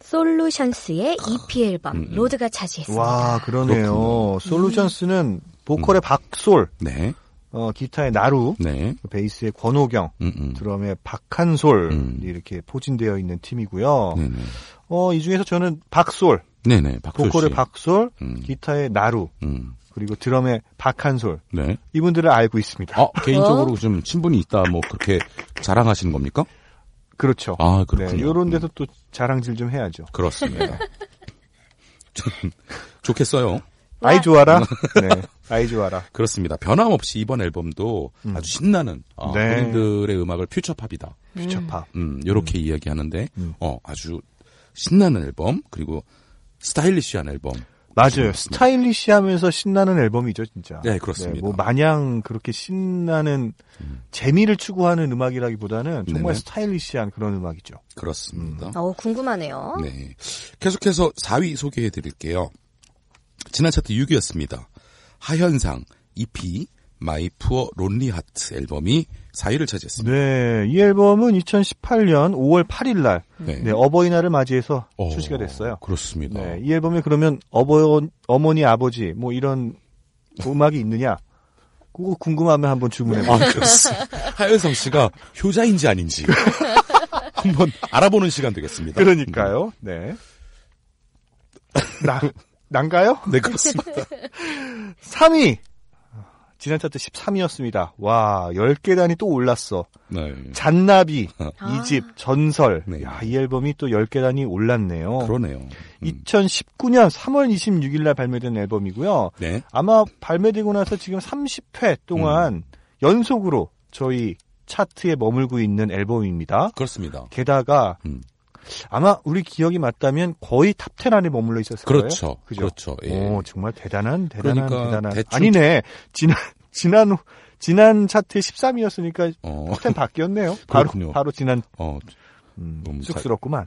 Speaker 2: 솔루션스의 EP 앨범 로드가 차지했습니다.
Speaker 1: 음, 와, 그러네요. 솔루션스는
Speaker 3: 음.
Speaker 1: 보컬의 박솔,
Speaker 3: 네.
Speaker 1: 어, 기타의 나루,
Speaker 3: 네.
Speaker 1: 베이스의 권호경,
Speaker 3: 음, 음.
Speaker 1: 드럼의 박한솔
Speaker 3: 음.
Speaker 1: 이렇게 포진되어 있는 팀이고요.
Speaker 3: 네네.
Speaker 1: 어, 이 중에서 저는 박솔,
Speaker 3: 네네. 박솔
Speaker 1: 보컬의
Speaker 3: 씨.
Speaker 1: 박솔,
Speaker 3: 음.
Speaker 1: 기타의 나루,
Speaker 3: 음.
Speaker 1: 그리고 드럼의 박한솔
Speaker 3: 네.
Speaker 1: 이분들을 알고 있습니다.
Speaker 3: 아, 개인적으로 좀 친분이 있다, 뭐, 그렇게 자랑하시는 겁니까?
Speaker 1: 그렇죠.
Speaker 3: 아, 그렇군요.
Speaker 1: 네, 이런 데서 또 자랑질 좀 해야죠.
Speaker 3: 그렇습니다. 좀 좋겠어요.
Speaker 2: 와.
Speaker 1: 아이
Speaker 3: 음.
Speaker 1: 좋아라. 네, 아이 좋아라.
Speaker 3: 그렇습니다. 변함없이 이번 앨범도 아주 신나는 어,
Speaker 1: 음. 네.
Speaker 3: 본인들의 음악을 퓨처팝이다.
Speaker 1: 퓨처팝.
Speaker 3: 음, 요렇게 이야기하는데
Speaker 1: 음.
Speaker 3: 어, 아주 신나는 앨범 그리고 스타일리시한 앨범.
Speaker 1: 맞아요. 스타일리시하면서 신나는 앨범이죠, 진짜.
Speaker 3: 네, 그렇습니다. 음.
Speaker 1: 뭐 마냥 그렇게 신나는 재미를 추구하는 음악이라기보다는 정말
Speaker 3: 네네.
Speaker 1: 스타일리시한 그런 음악이죠.
Speaker 3: 그렇습니다.
Speaker 2: 어, 궁금하네요.
Speaker 1: 음.
Speaker 3: 네. 계속해서 4위 소개해 드릴게요. 지난 차트 6위였습니다. 하현상 E EP 마이 푸어 론리 하트 앨범이 4위를 차지했습니다.
Speaker 1: 네, 이 앨범은 2018년 5월 8일 날
Speaker 3: 네.
Speaker 1: 네, 어버이날을 맞이해서
Speaker 3: 어,
Speaker 1: 출시가 됐어요.
Speaker 3: 그렇습니다.
Speaker 1: 네, 이 앨범에 그러면 어버 어머니 아버지 뭐 이런 음악이 있느냐? 그거 궁금하면 한번 주문해
Speaker 3: 아,
Speaker 1: 봐.
Speaker 3: 그렇습니다. 하현상 씨가 효자인지 아닌지 한번 알아보는 시간 되겠습니다.
Speaker 1: 음. 그러니까요. 네. 나 난가요?
Speaker 3: 음, 네, 그렇습니다.
Speaker 1: 어. 3위. 지난 차트 13위였습니다. 와, 10개 단이 또 올랐어.
Speaker 3: 네.
Speaker 1: 잔나비,
Speaker 2: 아.
Speaker 1: 이집, 전설.
Speaker 3: 네.
Speaker 1: 야, 이 앨범이 또 10개 단이 올랐네요.
Speaker 3: 그러네요. 음,
Speaker 1: 2019년 3월 26일 날 발매된 앨범이고요.
Speaker 3: 네.
Speaker 1: 아마 발매되고 나서 지금 30회 동안
Speaker 3: 음.
Speaker 1: 연속으로 저희 차트에 머물고 있는 앨범입니다.
Speaker 3: 그렇습니다.
Speaker 1: 게다가
Speaker 3: 음.
Speaker 1: 아마 우리 기억이 맞다면 거의 탑10 안에 머물러 있었을
Speaker 3: 그렇죠.
Speaker 1: 거예요.
Speaker 3: 그렇죠. 예.
Speaker 1: 오, 정말 대단한 대단한
Speaker 3: 그러니까
Speaker 1: 대단한
Speaker 3: 대충-
Speaker 1: 아니네. 지난 지난 지난 차트 13위였으니까
Speaker 3: 어,
Speaker 1: 톱10 바뀌었네요. 바로
Speaker 3: 그렇군요.
Speaker 1: 바로 지난
Speaker 3: 어,
Speaker 1: 음,
Speaker 3: 너무 잘-
Speaker 1: 쑥스럽구만.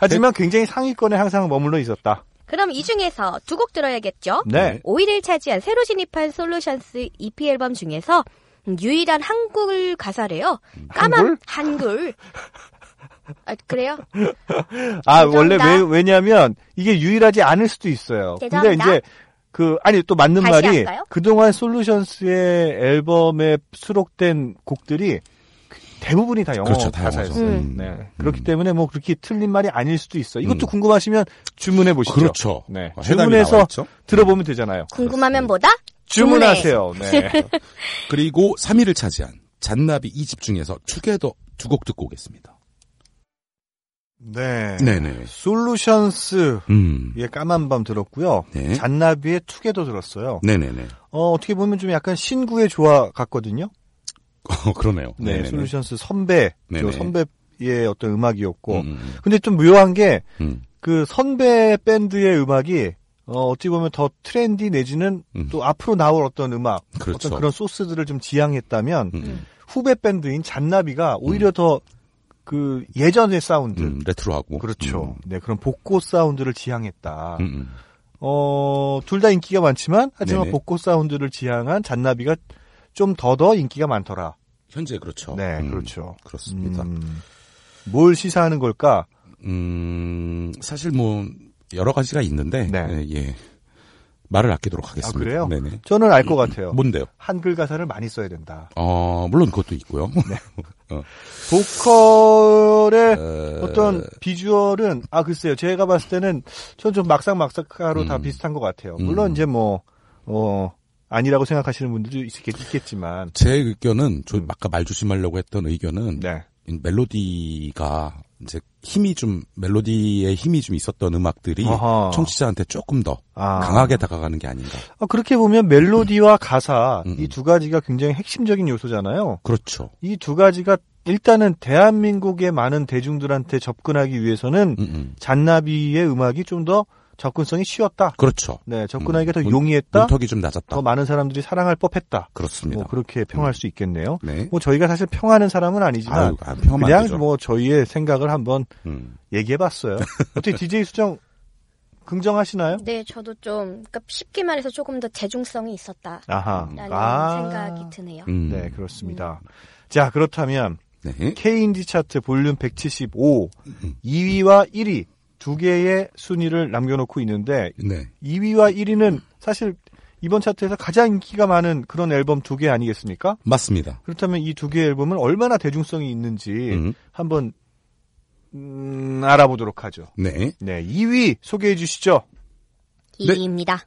Speaker 1: 하지만 굉장히 상위권에 항상 머물러 있었다.
Speaker 2: 그럼 이 중에서 두 곡 들어야겠죠?
Speaker 1: 네.
Speaker 2: 5위를 차지한 새로 진입한 솔루션스 EP 앨범 중에서 유일한 한글 가사래요. 까만 한글. 아, 그래요?
Speaker 1: 아
Speaker 2: 죄송합니다.
Speaker 1: 원래 왜 왜냐하면 이게 유일하지 않을 수도 있어요. 근데
Speaker 2: 죄송합니다.
Speaker 1: 이제 그 아니 또 맞는
Speaker 2: 다시
Speaker 1: 말이
Speaker 2: 할까요?
Speaker 1: 그동안 솔루션스의 앨범에 수록된 곡들이 대부분이 다 영어
Speaker 3: 그렇죠, 다
Speaker 1: 가사였어요.
Speaker 3: 영어죠.
Speaker 2: 음.
Speaker 1: 네.
Speaker 3: 음.
Speaker 1: 그렇기 때문에 뭐 그렇게 틀린 말이 아닐 수도 있어. 이것도
Speaker 3: 음.
Speaker 1: 궁금하시면 주문해 보시죠.
Speaker 3: 그렇죠.
Speaker 1: 네.
Speaker 3: 어, 해답이 나와
Speaker 1: 주문해서
Speaker 3: 있죠?
Speaker 1: 들어보면 되잖아요.
Speaker 2: 음. 궁금하면 뭐다?
Speaker 1: 주문하세요.
Speaker 2: 음.
Speaker 1: 네.
Speaker 3: 그리고 3위를 차지한 잔나비 이집 중에서 투게더 두 곡 듣고 오겠습니다.
Speaker 1: 네.
Speaker 3: 네네.
Speaker 1: 솔루션스
Speaker 3: 음.
Speaker 1: 예, 까만 밤 들었고요.
Speaker 3: 네.
Speaker 1: 잔나비의 투게더 들었어요.
Speaker 3: 네네네.
Speaker 1: 어, 어떻게 보면 좀 약간 신구의 조화 같거든요.
Speaker 3: 어, 그러네요.
Speaker 1: 네,
Speaker 3: 네네네.
Speaker 1: 솔루션스 선배,
Speaker 3: 네네.
Speaker 1: 그 선배의 어떤 음악이었고.
Speaker 3: 음, 음,
Speaker 1: 근데 좀 묘한 게,
Speaker 3: 음.
Speaker 1: 그 선배 밴드의 음악이, 어, 어찌 보면 더 트렌디 내지는
Speaker 3: 음.
Speaker 1: 또 앞으로 나올 어떤 음악,
Speaker 3: 그렇죠.
Speaker 1: 어떤 그런 소스들을 좀 지향했다면,
Speaker 3: 음, 음.
Speaker 1: 후배 밴드인 잔나비가 오히려 더 그 예전의 사운드,
Speaker 3: 음,
Speaker 1: 그,
Speaker 3: 레트로하고.
Speaker 1: 그렇죠. 네, 그런 복고 사운드를 지향했다.
Speaker 3: 음, 음, 음.
Speaker 1: 어, 둘 다 인기가 많지만, 하지만
Speaker 3: 네네.
Speaker 1: 복고 사운드를 지향한 잔나비가 좀 더더 인기가 많더라.
Speaker 3: 현재 그렇죠.
Speaker 1: 네,
Speaker 3: 음,
Speaker 1: 그렇죠.
Speaker 3: 그렇습니다.
Speaker 1: 음, 뭘 시사하는 걸까?
Speaker 3: 음, 사실 뭐 여러 가지가 있는데
Speaker 1: 네.
Speaker 3: 예, 예. 말을 아끼도록 하겠습니다.
Speaker 1: 아, 그래요?
Speaker 3: 네네.
Speaker 1: 저는 알
Speaker 3: 음.
Speaker 1: 것 같아요.
Speaker 3: 뭔데요?
Speaker 1: 한글 가사를 많이 써야 된다.
Speaker 3: 어, 물론 그것도 있고요.
Speaker 1: 네. 보컬의
Speaker 3: 어,
Speaker 1: 어떤 비주얼은 아 글쎄요. 제가 봤을 때는 전 좀 막상막상하로 다
Speaker 3: 음.
Speaker 1: 비슷한 것 같아요.
Speaker 3: 음.
Speaker 1: 물론 이제 뭐 어, 아니라고 생각하시는 분들도 있겠, 있겠지만
Speaker 3: 제 의견은 저
Speaker 1: 음.
Speaker 3: 아까 말 조심하려고 했던 의견은
Speaker 1: 네.
Speaker 3: 이 멜로디가 이제 힘이 좀 멜로디에 힘이 좀 있었던 음악들이
Speaker 1: 아하.
Speaker 3: 청취자한테 조금 더
Speaker 1: 아.
Speaker 3: 강하게 다가가는 게 아닌가.
Speaker 1: 아, 그렇게 보면 멜로디와 가사
Speaker 3: 음.
Speaker 1: 이 두 가지가 굉장히 핵심적인 요소잖아요.
Speaker 3: 그렇죠.
Speaker 1: 이 두 가지가 일단은 대한민국의 많은 대중들한테 접근하기 위해서는
Speaker 3: 음, 음.
Speaker 1: 잔나비의 음악이 좀 더 접근성이 쉬웠다.
Speaker 3: 그렇죠.
Speaker 1: 네, 접근하기가
Speaker 3: 음,
Speaker 1: 더
Speaker 3: 문-
Speaker 1: 용이했다.
Speaker 3: 문턱이 좀 낮았다.
Speaker 1: 더 많은 사람들이 사랑할 법했다.
Speaker 3: 그렇습니다.
Speaker 1: 뭐 그렇게 평할
Speaker 3: 음.
Speaker 1: 수 있겠네요.
Speaker 3: 네.
Speaker 1: 뭐 저희가 사실 평하는 사람은 아니지만
Speaker 3: 아유, 아, 평하면 안
Speaker 1: 그냥
Speaker 3: 되죠.
Speaker 1: 뭐 저희의 생각을 한번
Speaker 3: 음.
Speaker 1: 얘기해봤어요. 어떻게 DJ 수정 긍정하시나요?
Speaker 2: 네, 저도 좀 그러니까 쉽게 말해서 조금 더 재중성이 있었다라는
Speaker 1: 아하.
Speaker 2: 음, 생각이 드네요.
Speaker 3: 음.
Speaker 1: 네, 그렇습니다. 자, 그렇다면
Speaker 3: 네.
Speaker 1: K인디 차트 볼륨
Speaker 3: 음,
Speaker 1: 175 2위와 1위 두 개의 순위를 남겨놓고 있는데
Speaker 3: 네.
Speaker 1: 2위와 1위는 사실 이번 차트에서 가장 인기가 많은 그런 앨범 두 개 아니겠습니까?
Speaker 3: 맞습니다.
Speaker 1: 그렇다면 이 두 개의 앨범은 얼마나 대중성이 있는지
Speaker 3: 음.
Speaker 1: 한번 음, 알아보도록 하죠.
Speaker 3: 네.
Speaker 1: 네, 2위 소개해 주시죠.
Speaker 3: 네.
Speaker 2: 2위입니다.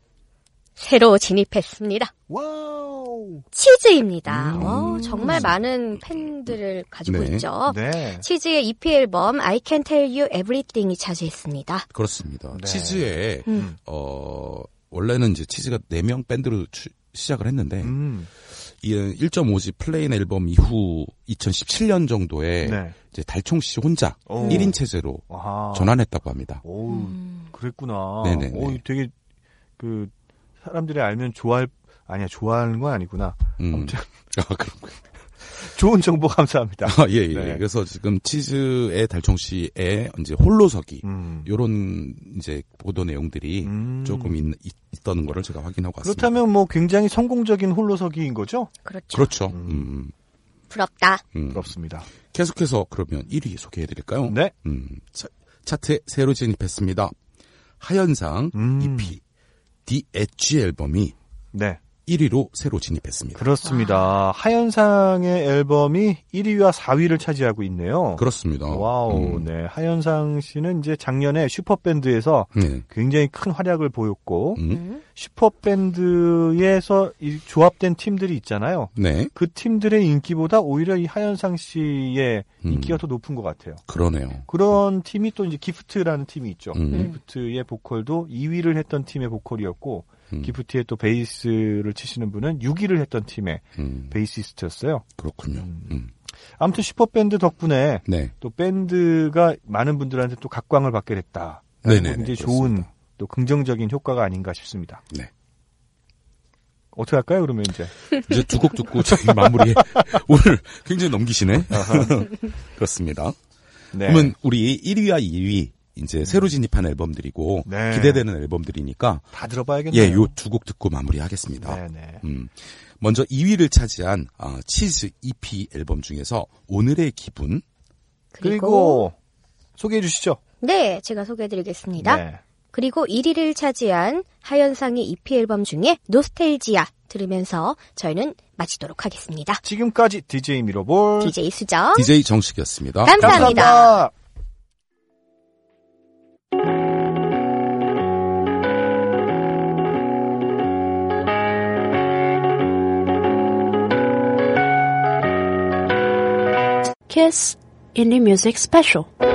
Speaker 2: 새로 진입했습니다.
Speaker 1: 와우.
Speaker 2: 치즈입니다.
Speaker 3: 음.
Speaker 2: 어, 정말 많은 팬들을 가지고
Speaker 3: 네.
Speaker 2: 있죠.
Speaker 1: 네.
Speaker 2: 치즈의 EP 앨범 I Can Tell You Everything이 차지했습니다.
Speaker 3: 그렇습니다.
Speaker 1: 네.
Speaker 3: 치즈에
Speaker 2: 음.
Speaker 3: 어 원래는 이제 치즈가 4명 밴드로 추- 시작을 했는데
Speaker 1: 음.
Speaker 3: 이 1.5집 플레인 앨범 이후 2017년 정도에
Speaker 1: 네.
Speaker 3: 이제 달총 씨 혼자
Speaker 1: 오.
Speaker 3: 1인 체제로
Speaker 1: 아하.
Speaker 3: 전환했다고 합니다.
Speaker 1: 오, 그랬구나.
Speaker 3: 네네네.
Speaker 1: 오, 되게 그 사람들이 알면 좋아할 아니야 좋아하는 건 아니구나.
Speaker 3: 음.
Speaker 1: 아무튼.
Speaker 3: 아, 그렇군요.
Speaker 1: 좋은 정보 감사합니다.
Speaker 3: 아, 예, 예.
Speaker 1: 네.
Speaker 3: 그래서 지금 치즈의 달총 씨의 이제 홀로서기
Speaker 1: 음.
Speaker 3: 요런 이제 보도 내용들이
Speaker 1: 음.
Speaker 3: 조금 있, 있던 거를 제가 확인하고 왔습니다.
Speaker 1: 그렇다면 뭐 굉장히 성공적인 홀로서기인 거죠?
Speaker 2: 그렇죠.
Speaker 3: 그렇죠. 음,
Speaker 2: 부럽다.
Speaker 3: 음.
Speaker 1: 부럽습니다.
Speaker 3: 계속해서 그러면 1위 소개해드릴까요?
Speaker 1: 네.
Speaker 3: 음, 차, 차트에 새로 진입했습니다. 하현상 E
Speaker 1: 음.
Speaker 3: EP DH 앨범이
Speaker 1: 네.
Speaker 3: 1위로 새로 진입했습니다.
Speaker 1: 그렇습니다. 하현상의 앨범이 1위와 4위를 차지하고 있네요.
Speaker 3: 그렇습니다.
Speaker 1: 와우.
Speaker 3: 음,
Speaker 1: 네. 하현상 씨는 이제 작년에 슈퍼밴드에서
Speaker 3: 네.
Speaker 1: 굉장히 큰 활약을 보였고
Speaker 3: 음,
Speaker 1: 슈퍼밴드에서 이 조합된 팀들이 있잖아요.
Speaker 3: 네.
Speaker 1: 그 팀들의 인기보다 오히려 이 하현상 씨의
Speaker 3: 음.
Speaker 1: 인기가 더 높은 것 같아요.
Speaker 3: 그러네요.
Speaker 1: 그런 팀이 또 이제 기프트라는 팀이 있죠.
Speaker 3: 음,
Speaker 1: 기프트의 보컬도 2위를 했던 팀의 보컬이었고
Speaker 3: 음,
Speaker 1: 기프트의 또 베이스를 치시는 분은 6위를 했던 팀의
Speaker 3: 음,
Speaker 1: 베이시스트였어요.
Speaker 3: 그렇군요. 음,
Speaker 1: 아무튼 슈퍼밴드 덕분에
Speaker 3: 네.
Speaker 1: 또 밴드가 많은 분들한테 또 각광을 받게 됐다.
Speaker 3: 네네네,
Speaker 1: 굉장히
Speaker 3: 그렇습니다.
Speaker 1: 좋은 또 긍정적인 효과가 아닌가 싶습니다.
Speaker 3: 네.
Speaker 1: 어떻게 할까요, 그러면 이제?
Speaker 3: 이제 두 곡 듣고 저희 마무리해. 오늘 굉장히 넘기시네. 그렇습니다.
Speaker 1: 네. 음.
Speaker 3: 그러면 우리 1위와 2위 이제 새로 진입한 앨범들이고
Speaker 1: 네.
Speaker 3: 기대되는 앨범들이니까
Speaker 1: 다 들어봐야겠네요.
Speaker 3: 예, 요 두 곡 듣고 마무리하겠습니다.
Speaker 1: 네네.
Speaker 3: 음, 먼저 2위를 차지한 아, 치즈 EP 앨범 중에서 오늘의 기분
Speaker 2: 어?
Speaker 1: 그리고 소개해 주시죠.
Speaker 2: 네, 제가 소개해드리겠습니다.
Speaker 1: 네.
Speaker 2: 그리고 1위를 차지한 하현상의 EP 앨범 중에 노스텔지아 들으면서 저희는 마치도록 하겠습니다.
Speaker 1: 지금까지 DJ 미러볼
Speaker 2: DJ 수정.
Speaker 3: DJ 정식이었습니다.
Speaker 2: 감사합니다.
Speaker 1: 감사합니다.
Speaker 5: Kiss Indie Music Special.